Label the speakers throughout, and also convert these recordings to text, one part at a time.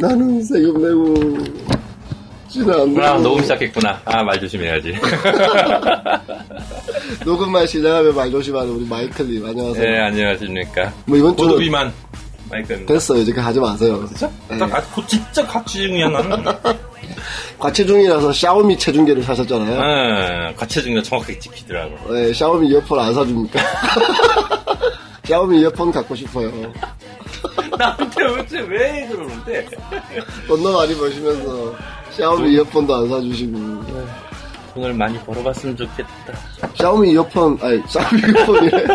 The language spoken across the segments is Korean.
Speaker 1: 나는 세금 내고 지도 안
Speaker 2: 아,
Speaker 1: 내고
Speaker 2: 녹음 시작했구나. 아, 말 조심해야지.
Speaker 1: 녹음만 시작하면 말 조심하는 우리 마이클님 안녕하세요.
Speaker 2: 네, 안녕하십니까.
Speaker 1: 뭐 이번 주는
Speaker 2: 고도비만 마이크입니다.
Speaker 1: 됐어요. 이제 하지 마세요.
Speaker 2: 진짜? 딱, 아, 곧 진짜 가치중이야, 나는.
Speaker 1: 과체중이라서 샤오미 체중계를 사셨잖아요.
Speaker 2: 응, 가치중이가 정확하게 지키더라고.
Speaker 1: 네, 샤오미 이어폰 안 사줍니까? 샤오미 이어폰 갖고 싶어요.
Speaker 2: 나한테 도대체 왜 그러는데?
Speaker 1: 돈도 많이 버시면서 샤오미 이어폰도 안 사주시고
Speaker 2: 돈을 많이 벌어봤으면 좋겠다.
Speaker 1: 샤오미 이어폰 아니 샤오미 이어폰이래.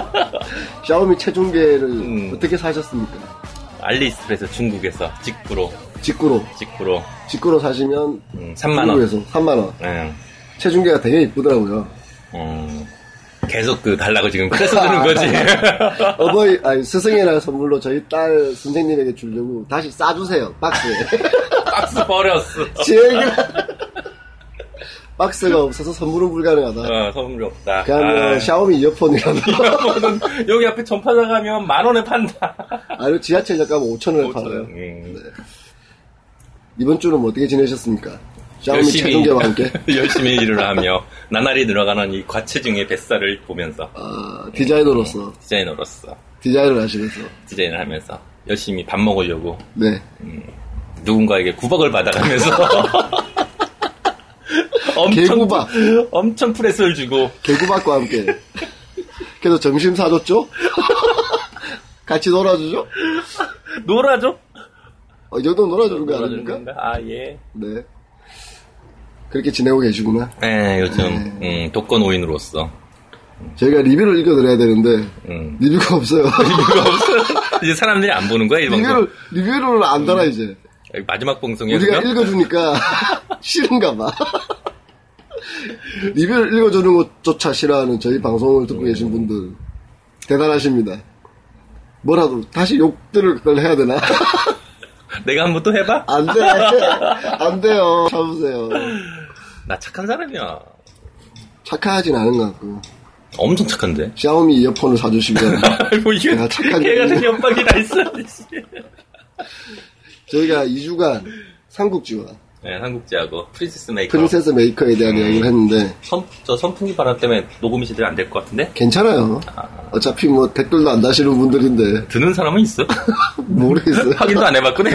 Speaker 1: 샤오미 체중계를
Speaker 2: 음.
Speaker 1: 어떻게 사셨습니까?
Speaker 2: 알리익스프레스 중국에서 직구로,
Speaker 1: 직구로
Speaker 2: 직구로
Speaker 1: 직구로 사시면
Speaker 2: 음, 3만 원.
Speaker 1: 중국에서 3만 원.
Speaker 2: 응.
Speaker 1: 체중계가 되게 이쁘더라고요.
Speaker 2: 음, 계속 그 달라고 지금 그래서 주는 거지.
Speaker 1: 어버이 아니 스승의 날 선물로 저희 딸 선생님에게 주려고 다시 싸주세요 박스에
Speaker 2: 박스 버렸어.
Speaker 1: 제가 박스가 없어서 선물은 불가능하다
Speaker 2: 어, 선물이 없다.
Speaker 1: 그러면
Speaker 2: 아.
Speaker 1: 샤오미 이어폰이라도
Speaker 2: 이어폰은 여기 앞에 전파사 가면 만 원에 판다.
Speaker 1: 아니 지하철 잠깐 5천 원에 팔아요
Speaker 2: 음.
Speaker 1: 이번 주는 뭐 어떻게 지내셨습니까? 샤오미
Speaker 2: 열심히
Speaker 1: 체중계와 함께
Speaker 2: 열심히 일을 하며 나날이 늘어가는 이 과체중의 뱃살을 보면서
Speaker 1: 아, 디자이너로서
Speaker 2: 디자이너로서
Speaker 1: 디자인을 하시면서
Speaker 2: 디자인을 하면서 열심히 밥 먹으려고
Speaker 1: 네
Speaker 2: 누군가에게 구박을 받아가면서 엄청
Speaker 1: 개구박.
Speaker 2: 엄청 프레스를 주고
Speaker 1: 개구박과 함께 그래서 점심 사줬죠? 같이 놀아주죠?
Speaker 2: 놀아줘.
Speaker 1: 어, 이 정도 놀아주는 거 아닙니까?
Speaker 2: 아 예.
Speaker 1: 네. 그렇게 지내고 계시구나.
Speaker 2: 네 요즘 음, 독거 노인으로서
Speaker 1: 저희가 리뷰를 읽어드려야 되는데,
Speaker 2: 음.
Speaker 1: 리뷰가 없어요.
Speaker 2: 이제 사람들이 안 보는 거야 이 방송.
Speaker 1: 리뷰를, 리뷰를 안 달아, 이제.
Speaker 2: 마지막 방송이야
Speaker 1: 우리가
Speaker 2: 그러면?
Speaker 1: 읽어주니까 싫은가 봐. 리뷰를 읽어주는 것조차 싫어하는 저희 방송을 듣고 계신 분들, 대단하십니다. 뭐라도 다시 욕들을 걸 해야 되나?
Speaker 2: 내가 한번 또 해봐?
Speaker 1: 안 돼. 안 돼요. 참으세요.
Speaker 2: 나 착한 사람이야.
Speaker 1: 착하진 않은 것 같고.
Speaker 2: 엄청 착한데. 뭐
Speaker 1: 샤오미 이어폰을 사주시면
Speaker 2: 아이고 이게
Speaker 1: 내가 착한
Speaker 2: 걔 같은
Speaker 1: 놈이네.
Speaker 2: 연박이 다 있어.
Speaker 1: 저희가 2주간 삼국지와
Speaker 2: 네, 한국제하고 프린세스 메이커.
Speaker 1: 프린세스 메이커에 대한
Speaker 2: 음.
Speaker 1: 이야기를 했는데
Speaker 2: 선, 저 선풍기 바람 때문에 녹음이 제대로 안 될 것 같은데?
Speaker 1: 괜찮아요. 어차피 뭐 댓글도 안 다시는 분들인데
Speaker 2: 드는 사람은 있어?
Speaker 1: 모르겠어요.
Speaker 2: 확인도 안 해봤구나.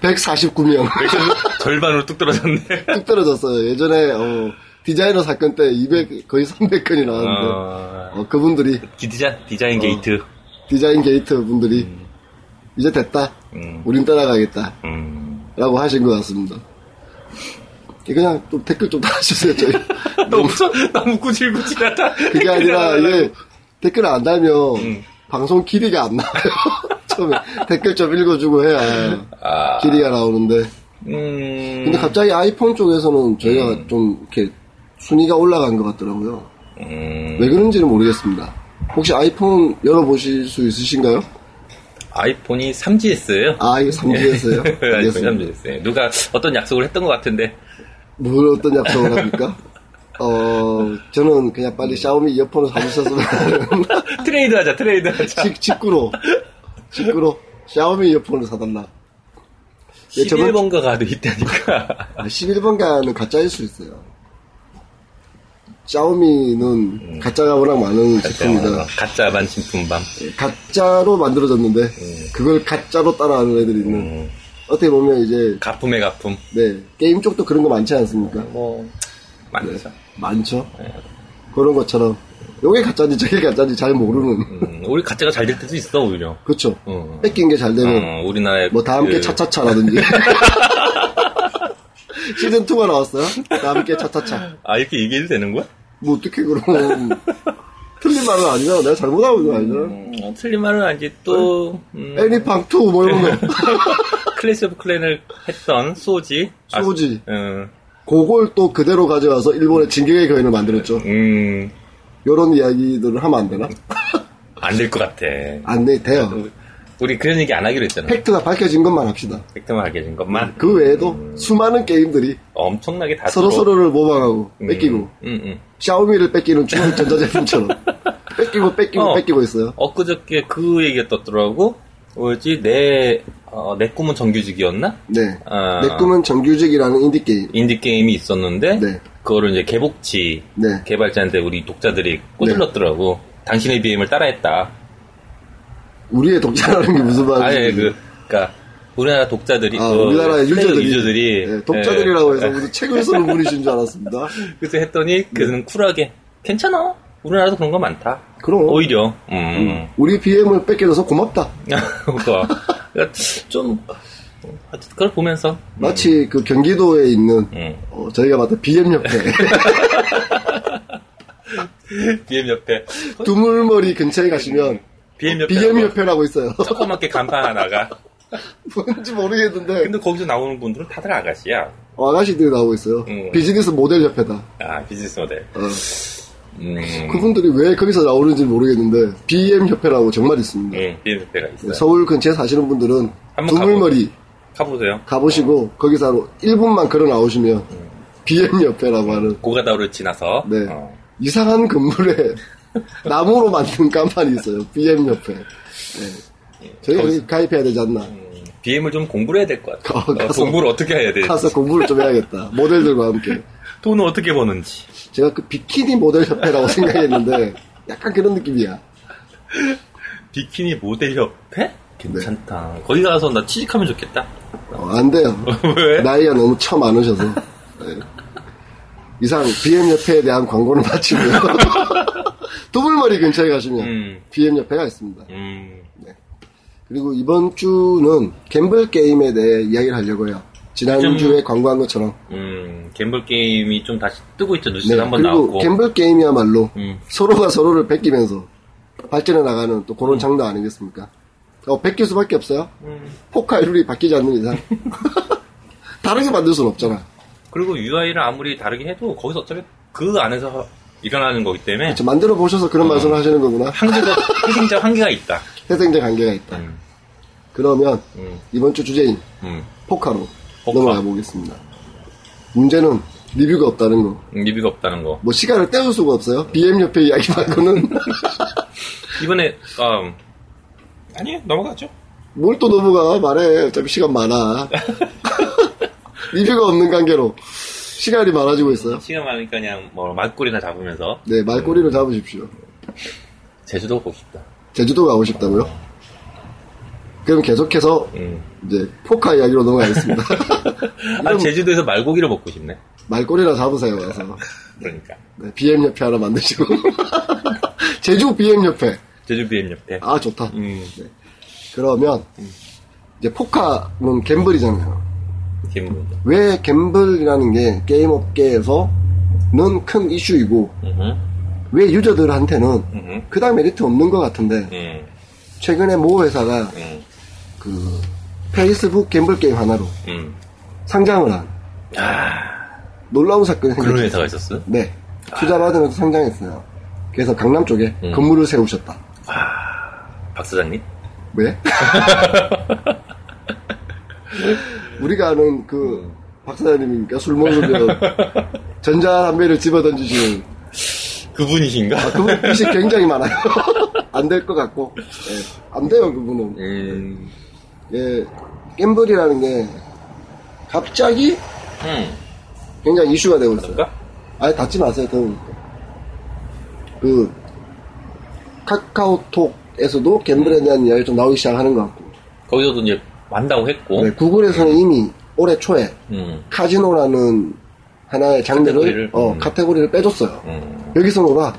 Speaker 1: 149명
Speaker 2: 절반으로 뚝 떨어졌네.
Speaker 1: 뚝 떨어졌어요. 예전에 어, 디자이너 사건 때 200 거의 300건이 나왔는데
Speaker 2: 어,
Speaker 1: 어, 그분들이
Speaker 2: 디자, 디자인 게이트.
Speaker 1: 어. 디자인 게이트 분들이 이제 됐다.
Speaker 2: 음.
Speaker 1: 우린 따라가겠다.
Speaker 2: 음.
Speaker 1: 라고 하신 것 같습니다. 그냥 좀 댓글 좀 달아주세요. 저희.
Speaker 2: 너무, 너무 구질구질하다.
Speaker 1: 그게 아니라 이게 댓글 안 달면
Speaker 2: 음.
Speaker 1: 방송 길이가 안 나와요. 처음에 댓글 좀 읽어주고 해야
Speaker 2: 아,
Speaker 1: 길이가 나오는데
Speaker 2: 음.
Speaker 1: 근데 갑자기 아이폰 쪽에서는 저희가 좀 이렇게 순위가 올라간 것 같더라고요.
Speaker 2: 음.
Speaker 1: 왜 그런지는 모르겠습니다. 혹시 아이폰 열어보실 수 있으신가요?
Speaker 2: 아이폰이 3GS예요
Speaker 1: 아, 이게 3G에서요?
Speaker 2: 아이폰 3GS. 누가 어떤 약속을 했던 것 같은데.
Speaker 1: 뭘 어떤 약속을 합니까? 어, 저는 그냥 빨리 샤오미 이어폰을 사주셨으면 하는
Speaker 2: 트레이드 하자, 트레이드 하자.
Speaker 1: 직, 직구로, 직구로 샤오미 이어폰을 사달라. 예, 저번-
Speaker 2: 11번가 가도 있다니까.
Speaker 1: 아, 11번가는 가짜일 수 있어요. 샤오미는 음. 가짜가 워낙 많은 제품이다.
Speaker 2: 어, 가짜 반신품밤.
Speaker 1: 가짜로 만들어졌는데 그걸 가짜로 따라하는 애들이 있는 어떻게 보면 이제
Speaker 2: 가품의 가품.
Speaker 1: 네 게임 쪽도 그런 거 많지 않습니까?
Speaker 2: 뭐, 네. 많죠.
Speaker 1: 많죠. 그런 것처럼 요게 가짜인지 저게 가짜인지 잘 모르는
Speaker 2: 음, 우리 가짜가 잘 될 때도 있어, 오히려.
Speaker 1: 그렇죠.
Speaker 2: 음.
Speaker 1: 뺏긴 게 잘 되면
Speaker 2: 어, 우리나라에.
Speaker 1: 뭐 다음 게
Speaker 2: 그
Speaker 1: 차차차라든지 시즌 2가 나왔어요. 다음 게 차차차.
Speaker 2: 아, 이렇게 얘기해도 되는 거야?
Speaker 1: 뭐 어떻게 그럼 틀린 말은 아니잖아. 내가 잘못하고 있는 거 아니잖아.
Speaker 2: 음, 어, 틀린 말은 아니지. 또,
Speaker 1: 네.
Speaker 2: 음,
Speaker 1: 애니팡 2뭐 이런 거.
Speaker 2: 클래시 오브 클랜을 했던 소지. 아,
Speaker 1: 소지.
Speaker 2: 음,
Speaker 1: 그걸 또 그대로 가져와서 일본의 진격의 거인을 만들었죠.
Speaker 2: 음,
Speaker 1: 요런 이야기들을 하면 안 되나?
Speaker 2: 안 될 것 같아.
Speaker 1: 안 돼, 돼요.
Speaker 2: 우리 그런 얘기 안 하기로 했잖아.
Speaker 1: 팩트가 밝혀진 것만 합시다.
Speaker 2: 팩트만 알게 된 것만
Speaker 1: 그 외에도 수많은 게임들이
Speaker 2: 엄청나게 다
Speaker 1: 서로 서로를 모방하고 뺏기고
Speaker 2: 아, 음, 음.
Speaker 1: 샤오미를 뺏기는 중국 전자제품처럼 뺏기고 뺏기고
Speaker 2: 어.
Speaker 1: 뺏기고 있어요.
Speaker 2: 엊그저께 그 얘기가 떴더라고. 뭐였지? 내, 어, 내 꿈은 정규직이었나?
Speaker 1: 네.
Speaker 2: 아.
Speaker 1: 내 꿈은 정규직이라는 인디 게임.
Speaker 2: 인디게임이 있었는데,
Speaker 1: 네.
Speaker 2: 그거를 이제 개복치
Speaker 1: 네.
Speaker 2: 개발자한테 우리 독자들이 꼬질렀더라고. 당신의 BM을 따라했다.
Speaker 1: 우리의 독자라는 게 무슨 말인지.
Speaker 2: 아예 그, 그니까, 우리나라 독자들이,
Speaker 1: 네. 아,
Speaker 2: 그
Speaker 1: 우리나라의
Speaker 2: 플레이어
Speaker 1: 유저들이,
Speaker 2: 유저들이
Speaker 1: 예, 독자들이라고
Speaker 2: 예,
Speaker 1: 해서 무슨 책을 쓰는 분이신 줄 알았습니다.
Speaker 2: 그래서
Speaker 1: 네.
Speaker 2: 했더니 그는 쿨하게 괜찮아 우리나라도 그런 거 많다
Speaker 1: 그럼.
Speaker 2: 오히려 음,
Speaker 1: 우리 BM을 뺏겨줘서 고맙다.
Speaker 2: 그거 그러니까 좀 뭐, 하여튼 그걸 보면서
Speaker 1: 마치 그 경기도에 있는
Speaker 2: 음.
Speaker 1: 어, 저희가 봤던 BM 옆에
Speaker 2: BM 옆에
Speaker 1: 두물머리 근처에 가시면
Speaker 2: BM 옆에
Speaker 1: BM
Speaker 2: 하고
Speaker 1: 협회라고 있어요.
Speaker 2: 조그맣게 간판 하나가
Speaker 1: 뭔지 모르겠는데
Speaker 2: 근데 거기서 나오는 분들은 다들 아가씨야
Speaker 1: 어, 아가씨들이 나오고 있어요.
Speaker 2: 음.
Speaker 1: 비즈니스 모델 협회다.
Speaker 2: 아 비즈니스 모델
Speaker 1: 어,
Speaker 2: 음,
Speaker 1: 그분들이 왜 거기서 나오는지 모르겠는데 BM 협회라고 정말 있습니다.
Speaker 2: 음, BM 옆에가 있어요
Speaker 1: 서울 근처에 사시는 분들은
Speaker 2: 한번
Speaker 1: 두물머리
Speaker 2: 가보세요
Speaker 1: 가보시고 거기서 한 1분만 걸어 나오시면
Speaker 2: 음.
Speaker 1: BM 옆에라고 하는
Speaker 2: 고가다우를 지나서
Speaker 1: 네.
Speaker 2: 어,
Speaker 1: 이상한 건물에 나무로 만든 간판이 있어요. BM 옆에. 네. 저희가 거기 가입해야 되지 않나.
Speaker 2: BM을 좀 공부를 해야 될 것 같아
Speaker 1: 어, 가서-
Speaker 2: 공부를 어떻게 해야 돼
Speaker 1: 가서 공부를 좀 해야겠다. 모델들과 함께.
Speaker 2: 돈을 어떻게 버는지
Speaker 1: 제가 그 비키니 모델 협회라고 생각했는데 약간 그런 느낌이야.
Speaker 2: 비키니 모델 협회? 괜찮다.
Speaker 1: 네.
Speaker 2: 거기 가서 나 취직하면 좋겠다.
Speaker 1: 어, 안 돼요.
Speaker 2: 왜?
Speaker 1: 나이가 너무 처음 안 오셔서. 네. 이상 BM 협회에 대한 광고는 마치고요. 두불머리 근처에 가시면
Speaker 2: 음.
Speaker 1: BM 협회가 있습니다.
Speaker 2: 음,
Speaker 1: 그리고 이번 주는 갬블 게임에 대해 이야기를 하려고 해요. 지난주에 광고한 것처럼.
Speaker 2: 음, 갬블 게임이 좀 다시 뜨고 있죠. 뉴스에
Speaker 1: 네,
Speaker 2: 한번
Speaker 1: 그리고
Speaker 2: 나왔고.
Speaker 1: 갬블 게임이야말로
Speaker 2: 음.
Speaker 1: 서로가 서로를 베끼면서 발전해 나가는 또
Speaker 2: 음.
Speaker 1: 그런 장르 아니겠습니까? 어, 베낄 수밖에 없어요. 포카 룰이 바뀌지 않는 이상. 다르게 만들 수는 없잖아.
Speaker 2: 그리고 UI를 아무리 다르게 해도 거기서 어차피 그 안에서 일어나는 거기 때문에
Speaker 1: 저 만들어 보셔서
Speaker 2: 음.
Speaker 1: 그런 말씀을 하시는 거구나.
Speaker 2: 한계가, 희생자 한계가 있다.
Speaker 1: 태생자 관계가 있다.
Speaker 2: 음.
Speaker 1: 그러면
Speaker 2: 음.
Speaker 1: 이번 주 주제인
Speaker 2: 음,
Speaker 1: 포카로
Speaker 2: 포카.
Speaker 1: 넘어가 보겠습니다. 문제는 리뷰가 없다는 거.
Speaker 2: 음, 리뷰가 없다는 거.
Speaker 1: 뭐 시간을 때울 수가 없어요. BM 옆에 이야기 말고는
Speaker 2: 이번에, 음, 아니, 넘어가죠.
Speaker 1: 뭘 또 넘어가 말해. 어차피 시간 많아. 리뷰가 없는 관계로 시간이 많아지고 있어요.
Speaker 2: 시간 많으니까 그냥 뭐 말꼬리나 잡으면서
Speaker 1: 네, 말꼬리를 잡으십시오.
Speaker 2: 제주도 가고 싶다.
Speaker 1: 제주도 가고 싶다고요? 그럼 계속해서
Speaker 2: 음.
Speaker 1: 이제 포카 이야기로 넘어가겠습니다.
Speaker 2: 아, 제주도에서 말고기를 먹고 싶네.
Speaker 1: 말꼬리나 잡으세요, 와서.
Speaker 2: 그러니까.
Speaker 1: 네, BM 옆에 하나 만드시고. 제주 BM 옆에.
Speaker 2: 제주 BM 옆에.
Speaker 1: 아, 좋다.
Speaker 2: 음,
Speaker 1: 그러면, 이제 포카는 갬블이잖아요.
Speaker 2: 김
Speaker 1: 왜 갬블이라는 게 게임 업계에서는 큰 이슈이고
Speaker 2: 음,
Speaker 1: 왜 유저들한테는
Speaker 2: 음,
Speaker 1: 그닥 메리트 없는 것 같은데
Speaker 2: 음,
Speaker 1: 최근에 모 회사가
Speaker 2: 음,
Speaker 1: 그 페이스북 갬블 게임 하나로
Speaker 2: 음.
Speaker 1: 상장을 한 놀라운 사건이
Speaker 2: 아. 그런
Speaker 1: 생겼어요.
Speaker 2: 회사가 있었어?
Speaker 1: 네, 투자 받으면서 상장했어요. 그래서 강남 쪽에
Speaker 2: 아. 음.
Speaker 1: 건물을 세우셨다.
Speaker 2: 박 사장님?
Speaker 1: 왜? 우리가 아는 그
Speaker 2: 음.
Speaker 1: 박사님이니까 그러니까 술 먹으면 전자담배를 집어던지시는
Speaker 2: 그분이신가?
Speaker 1: 아, 그분 뜻이 굉장히 많아요. 안 될 것 같고. 예, 안 돼요, 그분은.
Speaker 2: 음,
Speaker 1: 예, 갬블이라는 게 갑자기
Speaker 2: 음,
Speaker 1: 굉장히 이슈가 되고 있어요.
Speaker 2: 그런가?
Speaker 1: 아예 닫지 마세요, 더우니까. 그, 카카오톡에서도 갬블에 대한 이야기 좀 나오기 시작하는 것 같고.
Speaker 2: 거기서도 이제 만다고 했고,
Speaker 1: 네, 구글에서는 이미 올해 초에
Speaker 2: 음,
Speaker 1: 카지노라는 하나의 장르를,
Speaker 2: 카테고리를?
Speaker 1: 어,
Speaker 2: 음.
Speaker 1: 카테고리를 빼줬어요.
Speaker 2: 음,
Speaker 1: 여기서 놀아.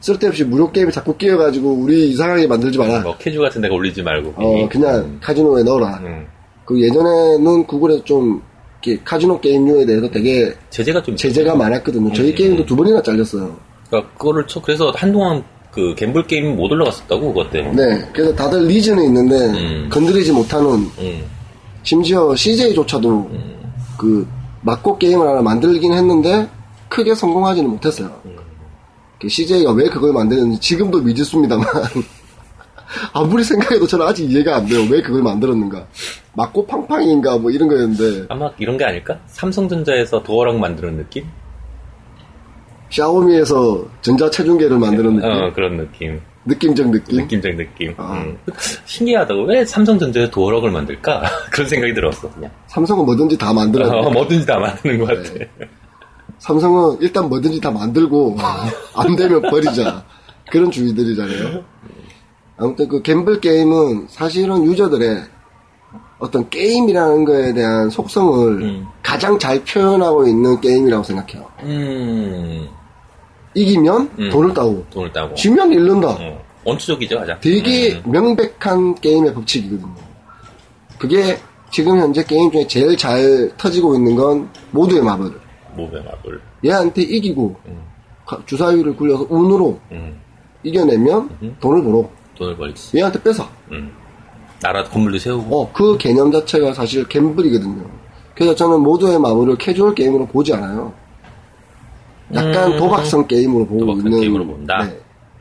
Speaker 1: 쓸데없이 무료 게임 자꾸 끼워가지고 우리 이상하게 만들지 마라.
Speaker 2: 뭐 캐주 같은 데가 올리지 말고.
Speaker 1: 어, 그냥 카지노에 넣어라.
Speaker 2: 음,
Speaker 1: 그 예전에는 구글에서 좀 이렇게 카지노 게임류에 대해서 되게
Speaker 2: 제재가 좀,
Speaker 1: 제재가 많았거든요. 저희 게임도 두 번이나 잘렸어요.
Speaker 2: 그러니까 그거를 쳐, 그래서 한동안 그 갬블 게임 못 올라갔었다고, 그것 때문에.
Speaker 1: 네, 그래서 다들 리즈는 있는데
Speaker 2: 음.
Speaker 1: 건드리지 못하는
Speaker 2: 음,
Speaker 1: 심지어 CJ조차도
Speaker 2: 예.
Speaker 1: 그 막고 게임을 하나 만들긴 했는데 크게 성공하지는 그 못했어요. CJ가 왜 그걸 만드는지 지금도 미지수입니다만 아무리 생각해도 저는 아직 이해가 안 돼요. 왜 그걸 만들었는가. 맞고 팡팡인가 뭐 이런 거였는데
Speaker 2: 아마 이런 게 아닐까? 삼성전자에서 도어락 만드는 느낌?
Speaker 1: 샤오미에서 전자체중계를 만드는 느낌.
Speaker 2: 어, 그런 느낌.
Speaker 1: 느낌적 느낌.
Speaker 2: 느낌적인 느낌.
Speaker 1: 아.
Speaker 2: 음. 신기하다. 왜 삼성전자에 도어락을 만들까? 그런 생각이 들었어, 그냥.
Speaker 1: 삼성은 뭐든지 다 만들어야 돼.
Speaker 2: 어, 뭐든지 다 만드는 것 같아.
Speaker 1: 네. 삼성은 일단 뭐든지 다 만들고 안 되면 버리자 그런 주의들이잖아요. 아무튼 그 갬블 게임은 사실은 유저들의 어떤 게임이라는 거에 대한 속성을
Speaker 2: 음.
Speaker 1: 가장 잘 표현하고 있는 게임이라고 생각해요.
Speaker 2: 음,
Speaker 1: 이기면
Speaker 2: 음.
Speaker 1: 돈을 따고
Speaker 2: 돈을 따고.
Speaker 1: 지면 잃는다.
Speaker 2: 어, 원초적이죠, 가장.
Speaker 1: 되게
Speaker 2: 음.
Speaker 1: 명백한 게임의 법칙이거든요. 그게 지금 현재 게임 중에 제일 잘 터지고 있는 건 모두의 마블.
Speaker 2: 모배 마블.
Speaker 1: 얘한테 이기고
Speaker 2: 음.
Speaker 1: 가- 주사위를 굴려서 운으로
Speaker 2: 음,
Speaker 1: 이겨내면 돈을 벌어.
Speaker 2: 돈을 벌지.
Speaker 1: 얘한테 뺏어.
Speaker 2: 음. 나라 건물도 세우고.
Speaker 1: 어, 그 개념 자체가 사실 갬블이거든요. 그래서 저는 모두의 마무리를 캐주얼 게임으로 보지 않아요. 약간
Speaker 2: 음.
Speaker 1: 도박성 게임으로 보고
Speaker 2: 도박성
Speaker 1: 있는. 네.
Speaker 2: 게임으로 본다?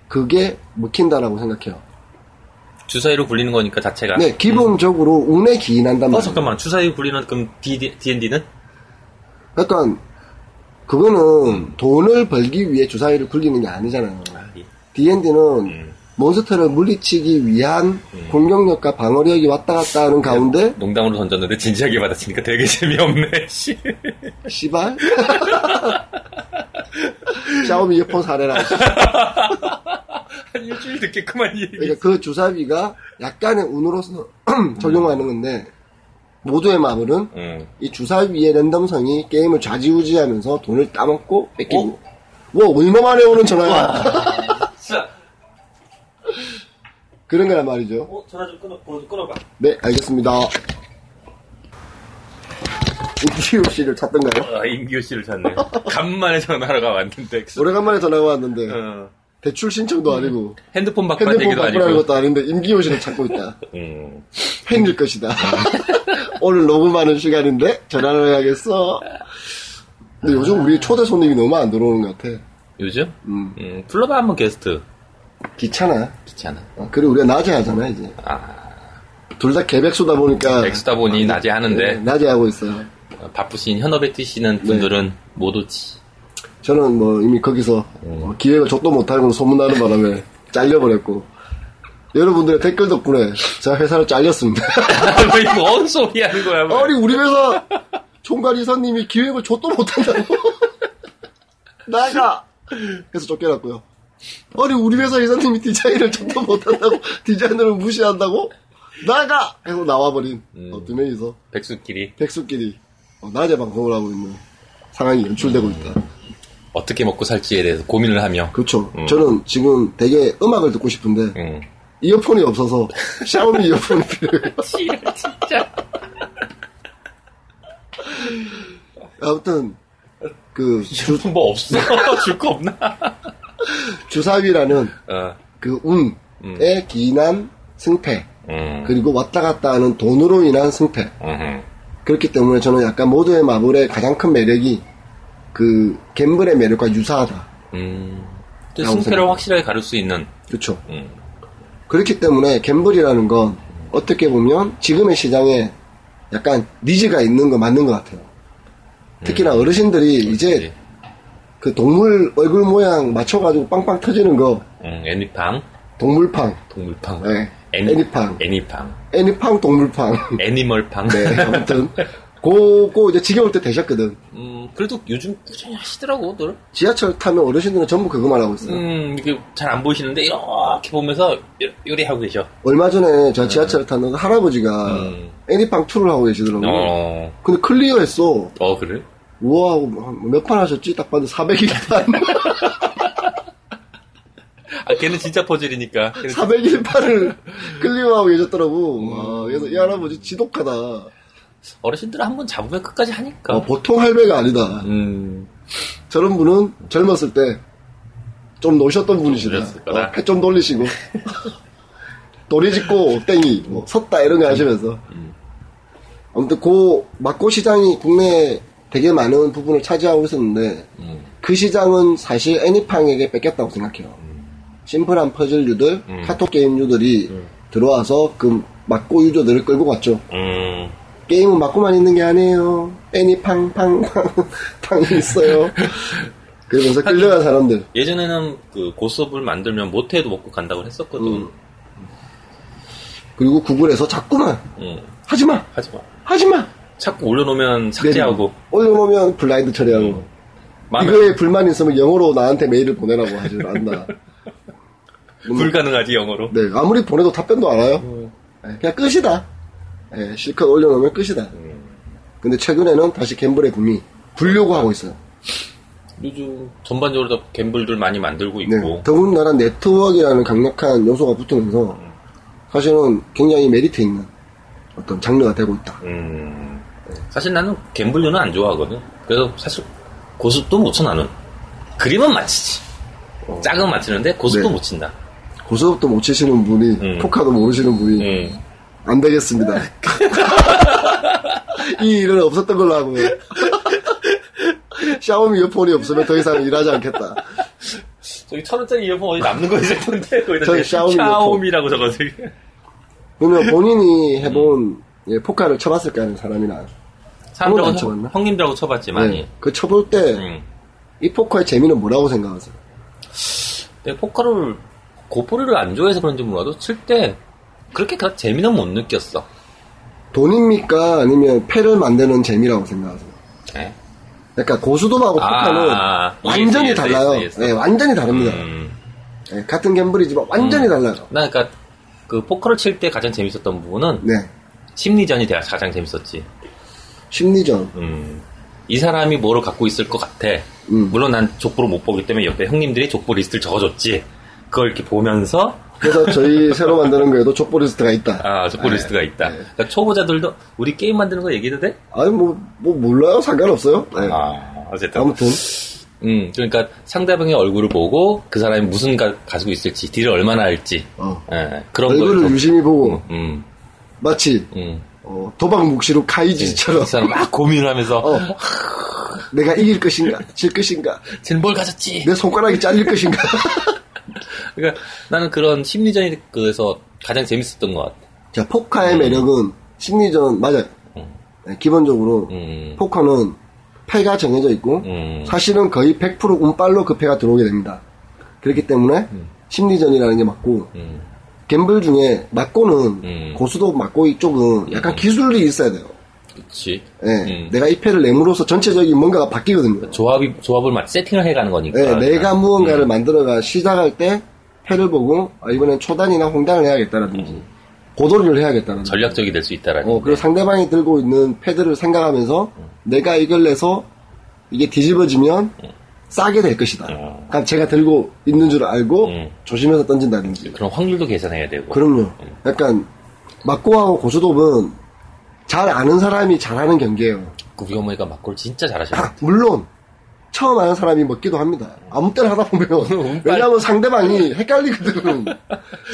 Speaker 1: 그게 먹힌다라고 생각해요.
Speaker 2: 주사위로 굴리는 거니까 자체가.
Speaker 1: 네, 기본적으로 운에 기인한단
Speaker 2: 어,
Speaker 1: 말이에요.
Speaker 2: 잠깐만. 주사위 굴리는, 그럼 D&D는?
Speaker 1: 그러니까 그거는 돈을 벌기 위해 주사위를 굴리는 게 아니잖아요. D&D는
Speaker 2: 예.
Speaker 1: 몬스터를 물리치기 위한 공격력과 방어력이 왔다 갔다 하는 가운데
Speaker 2: 농담으로 던졌는데 진지하게 받아치니까 되게 재미없네, 씨.
Speaker 1: 씨발 샤오미 이어폰 사례라
Speaker 2: 한 일주일 늦게 그만 얘기.
Speaker 1: 그러니까 그 주사위가 약간의 운으로서 적용하는 건데 모두의 마블은
Speaker 2: 음.
Speaker 1: 이 주사위의 랜덤성이 게임을 좌지우지하면서 돈을 따먹고 뺏기고 뭐 얼마 만에 오는 전화야
Speaker 2: 자,
Speaker 1: 그런 거란 말이죠
Speaker 2: 어, 전화 좀 끊어, 번호 좀 끊어봐.
Speaker 1: 네 알겠습니다 이기우 씨를 찾던가요?
Speaker 2: 아, 임기호 씨를 찾네. 간만에 전화하러 왔는데.
Speaker 1: 오래간만에 전화가 왔는데
Speaker 2: 어,
Speaker 1: 대출 신청도 아니고
Speaker 2: 핸드폰 바꾸는
Speaker 1: 핸드폰
Speaker 2: 얘기도
Speaker 1: 바꾸라는
Speaker 2: 음. 아니고.
Speaker 1: 것도 아닌데 임기호 씨를 찾고 있다
Speaker 2: 음.
Speaker 1: 팬일 것이다. 오늘 녹음하는 시간인데 전화를 해야겠어. 근데 요즘 우리 초대 손님이 너무 안 들어오는 것 같아.
Speaker 2: 요즘?
Speaker 1: 음.
Speaker 2: 음, 불러봐 한번 게스트.
Speaker 1: 귀찮아.
Speaker 2: 귀찮아.
Speaker 1: 어, 그리고 우리가 낮에 하잖아 이제. 둘 다 개백수다 보니까
Speaker 2: 엑스다 보니
Speaker 1: 음.
Speaker 2: 낮에
Speaker 1: 네,
Speaker 2: 하는데
Speaker 1: 낮에 하고 있어요.
Speaker 2: 어, 바쁘신 현업에 뛰시는 분들은 못 오지.
Speaker 1: 저는 뭐 이미 거기서 어, 기회가 족도 못하고 소문나는 바람에 잘려버렸고 여러분들의 댓글 덕분에 제가 회사를 잘렸습니다.
Speaker 2: 이거 뭔 소리 하는 거야? 뭐.
Speaker 1: 아니 우리 회사 총괄 이사님이 기획을 줬도 못한다고 나가 그래서 쫓겨났고요 아니 우리 회사 이사님이 디자인을 줬도 못한다고 디자인을 무시한다고 나가 해서 나와버린 어, 두 명이서
Speaker 2: 백수끼리
Speaker 1: 백수끼리 어, 낮에 방송을 하고 있는 상황이 연출되고 있다
Speaker 2: 어떻게 먹고 살지에 대해서 고민을 하며.
Speaker 1: 그렇죠 저는 지금 되게 음악을 듣고 싶은데
Speaker 2: 음.
Speaker 1: 이어폰이 없어서 샤오미 이어폰이 필요해요
Speaker 2: 진짜.
Speaker 1: 아무튼 그 주,
Speaker 2: 뭐 없어? 줄 거 없나?
Speaker 1: 주사위라는
Speaker 2: 어.
Speaker 1: 그 운에 기인한 승패
Speaker 2: 음.
Speaker 1: 그리고 왔다 갔다 하는 돈으로 인한 승패
Speaker 2: 음흠.
Speaker 1: 그렇기 때문에 저는 약간 모두의 마블의 가장 큰 매력이 그 갬블의 매력과 유사하다
Speaker 2: 음. 또
Speaker 1: 라고
Speaker 2: 승패를
Speaker 1: 생각.
Speaker 2: 확실하게 가릴 수 있는.
Speaker 1: 그렇죠
Speaker 2: 음.
Speaker 1: 그렇기 때문에 갬블이라는 건 어떻게 보면 지금의 시장에 약간 니즈가 있는 거 맞는 것 같아요 특히나
Speaker 2: 음.
Speaker 1: 어르신들이 이제 그 동물 얼굴 모양 맞춰가지고 빵빵 터지는 거
Speaker 2: 음, 애니팡,
Speaker 1: 동물팡
Speaker 2: 동물팡,
Speaker 1: 네.
Speaker 2: 애니,
Speaker 1: 애니팡.
Speaker 2: 애니팡,
Speaker 1: 애니팡 동물팡
Speaker 2: 애니멀팡.
Speaker 1: 네, 아무튼 그거 이제 지겨울 때 되셨거든
Speaker 2: 음, 그래도 요즘 꾸준히 하시더라고, 늘.
Speaker 1: 지하철 타면 어르신들은 전부 그거만 하고 있어요.
Speaker 2: 음, 이게 잘 안 보이시는데, 이렇게 보면서 요- 요리하고 계셔.
Speaker 1: 얼마 전에 제가 지하철 탔는데 그 할아버지가
Speaker 2: 네. 음.
Speaker 1: 애니팡 투를 하고 계시더라고요.
Speaker 2: 어,
Speaker 1: 근데 음. 클리어했어.
Speaker 2: 어, 그래?
Speaker 1: 우와 하고 몇 판 하셨지? 딱 봤는데 401판.
Speaker 2: 아, 걔는 진짜 퍼즐이니까. 걔는
Speaker 1: 401판을
Speaker 2: 음.
Speaker 1: 클리어하고 계셨더라고. 와, 그래서 이 할아버지 지독하다.
Speaker 2: 어르신들 한번 잡으면 끝까지 하니까.
Speaker 1: 어, 보통 할배가 아니다.
Speaker 2: 음,
Speaker 1: 저런 분은 젊었을 때 좀 노셨던
Speaker 2: 노셨을
Speaker 1: 분이시다.
Speaker 2: 거다.
Speaker 1: 패 좀 돌리시고 도리 짓고 땡이 뭐 섰다 이런 거 하시면서
Speaker 2: 음.
Speaker 1: 아무튼 그 막고 시장이 국내에 되게 많은 부분을 차지하고 있었는데
Speaker 2: 음,
Speaker 1: 그 시장은 사실 애니팡에게 뺏겼다고 생각해요. 심플한 퍼즐류들,
Speaker 2: 음.
Speaker 1: 카톡 게임류들이 들어와서 그 막고 유저들을 끌고 갔죠.
Speaker 2: 음,
Speaker 1: 게임은 막고만 있는 게 아니에요. 애니 팡팡팡팡 있어요. 그러면서 끌려간 사람들.
Speaker 2: 예전에는 그 고스톱을 만들면 모태도 먹고 간다고 했었거든.
Speaker 1: 그리고 구글에서 자꾸만
Speaker 2: 음,
Speaker 1: 하지마
Speaker 2: 하지 마.
Speaker 1: 하지마
Speaker 2: 자꾸 올려놓으면 삭제하고 음,
Speaker 1: 올려놓으면 블라인드 처리하고
Speaker 2: 마음에
Speaker 1: 네, 이거에 불만 있으면 영어로 나한테 메일을 보내라고 하지 않나.
Speaker 2: 불가능하지 영어로.
Speaker 1: 네, 아무리 보내도 답변도 안
Speaker 2: 음.
Speaker 1: 와요. 예, 그냥 끝이다. 예, 실컷 올려놓으면 끝이다.
Speaker 2: 음.
Speaker 1: 근데 최근에는 다시 갬블의 붐이 불려고 하고 있어요.
Speaker 2: 요즘 전반적으로 다 갬블들 많이 만들고
Speaker 1: 네,
Speaker 2: 있고.
Speaker 1: 더군다나 네트워크라는 강력한 요소가 붙으면서
Speaker 2: 음.
Speaker 1: 사실은 굉장히 메리트 있는 어떤 장르가 되고 있다.
Speaker 2: 음, 사실 나는 갬블류는 안 좋아하거든. 그래서 사실 고스톱도 못 쳐 나는. 그림은 맞히지. 짝은 맞히는데 고스톱도
Speaker 1: 어. 네.
Speaker 2: 못 친다.
Speaker 1: 고스톱도 못 치시는 분이
Speaker 2: 음.
Speaker 1: 포카도 모르시는 분이
Speaker 2: 음.
Speaker 1: 안 되겠습니다. 이 일은 없었던 걸로 하고요. 샤오미 이어폰이 없으면 더 이상 일하지 않겠다.
Speaker 2: 저기 천 원짜리 이어폰 어디 남는 거 있을 텐데 거기다
Speaker 1: 저기
Speaker 2: 이제
Speaker 1: 샤오미
Speaker 2: 샤오미라고 적어서
Speaker 1: 그러면 본인이
Speaker 2: 음.
Speaker 1: 해본 예, 포카를 쳐봤을 까 하는 사람이나 안
Speaker 2: 사람들하고
Speaker 1: 쳐봤나?
Speaker 2: 형님들하고 쳐봤지 많이.
Speaker 1: 예, 그 쳐볼 때 이
Speaker 2: 음.
Speaker 1: 포카의 재미는 뭐라고 생각하세요?
Speaker 2: 근데 네, 포커를 고포리를 안 좋아해서 그런지 몰라도 칠 때 그렇게 그렇게 재미는 못 느꼈어.
Speaker 1: 돈입니까? 아니면 패를 만드는 재미라고 생각하세요?
Speaker 2: 네.
Speaker 1: 그러니까 고수돔하고
Speaker 2: 아,
Speaker 1: 포카는
Speaker 2: 아, 아.
Speaker 1: 완전히
Speaker 2: 이해했어,
Speaker 1: 달라요.
Speaker 2: 이해했어, 이해했어.
Speaker 1: 예, 완전히 다릅니다.
Speaker 2: 음.
Speaker 1: 예, 같은 갬블이지만 완전히 달라요.
Speaker 2: 나 그러니까 그 포커를 칠 때 가장 재밌었던 부분은
Speaker 1: 네,
Speaker 2: 심리전이 대- 가장 재밌었지.
Speaker 1: 심리전.
Speaker 2: 음, 이 사람이 뭐를 갖고 있을 것 같아.
Speaker 1: 음.
Speaker 2: 물론 난 족보를 못 보기 때문에 옆에 형님들이 족보 리스트를 적어줬지. 그걸 이렇게 보면서
Speaker 1: 그래서 저희 새로 만드는 거에도 족보 리스트가 있다. 예.
Speaker 2: 아 족보 리스트가 있다. 그러니까 초보자들도 우리 게임 만드는 거 얘기해도 돼?
Speaker 1: 아니 뭐, 뭐 몰라요 상관없어요 네.
Speaker 2: 아 어쨌든
Speaker 1: 아무튼
Speaker 2: 음, 그러니까 상대방의 얼굴을 보고 그 사람이 무슨 가, 가지고 있을지 딜을 얼마나 할지
Speaker 1: 어.
Speaker 2: 예, 그런
Speaker 1: 얼굴을
Speaker 2: 걸
Speaker 1: 유심히 보고
Speaker 2: 좀, 음,
Speaker 1: 마치
Speaker 2: 음.
Speaker 1: 어, 도박묵시로
Speaker 2: 이
Speaker 1: 카이지처럼
Speaker 2: 사람 막 고민하면서
Speaker 1: 어, 내가 이길 것인가 질 것인가
Speaker 2: 쟤는 뭘 가졌지?
Speaker 1: 내 손가락이 잘릴 것인가
Speaker 2: 그러니까 나는 그런 심리전이 그래서 가장 재밌었던 것 같아.
Speaker 1: 자 포카의
Speaker 2: 음.
Speaker 1: 매력은 심리전 맞아요 네, 기본적으로
Speaker 2: 음,
Speaker 1: 포커는 패가 정해져 있고
Speaker 2: 음.
Speaker 1: 사실은 거의 100% 운빨로 그 패가 들어오게 됩니다 그렇기 때문에 심리전이라는 게 맞고
Speaker 2: 음.
Speaker 1: 갬블 중에 맞고는
Speaker 2: 음.
Speaker 1: 고수도 맞고 이쪽은 약간 기술이 있어야 돼요
Speaker 2: 그렇지.
Speaker 1: 예,
Speaker 2: 음.
Speaker 1: 내가 이 패를 내므로써 전체적인 뭔가가 바뀌거든요.
Speaker 2: 조합이 조합을 막 세팅을 해가는 거니까.
Speaker 1: 예, 내가
Speaker 2: 네.
Speaker 1: 무언가를 만들어가 시작할 때 패를 보고 아, 이번엔 초단이나 홍단을 해야겠다라든지 고도리를 해야겠다라든지
Speaker 2: 전략적이 될 수 있다라는.
Speaker 1: 어, 그리고 상대방이 들고 있는 패드를 생각하면서 내가 이걸 내서 이게 뒤집어지면 싸게 될 것이다.
Speaker 2: 음.
Speaker 1: 그럼 제가 들고 있는 줄 알고
Speaker 2: 음.
Speaker 1: 조심해서 던진다든지.
Speaker 2: 그런 확률도 계산해야 되고.
Speaker 1: 그럼요. 약간 막고하고 고수톱은 잘 아는 사람이 잘하는 경기예요.
Speaker 2: 우리 어머니가 막골 진짜 잘하셔.
Speaker 1: 물론 처음 아는 사람이 먹기도 합니다. 아무 때나 하다 보면
Speaker 2: 음, 운빨.
Speaker 1: 왜냐하면 상대방이 헷갈리거든.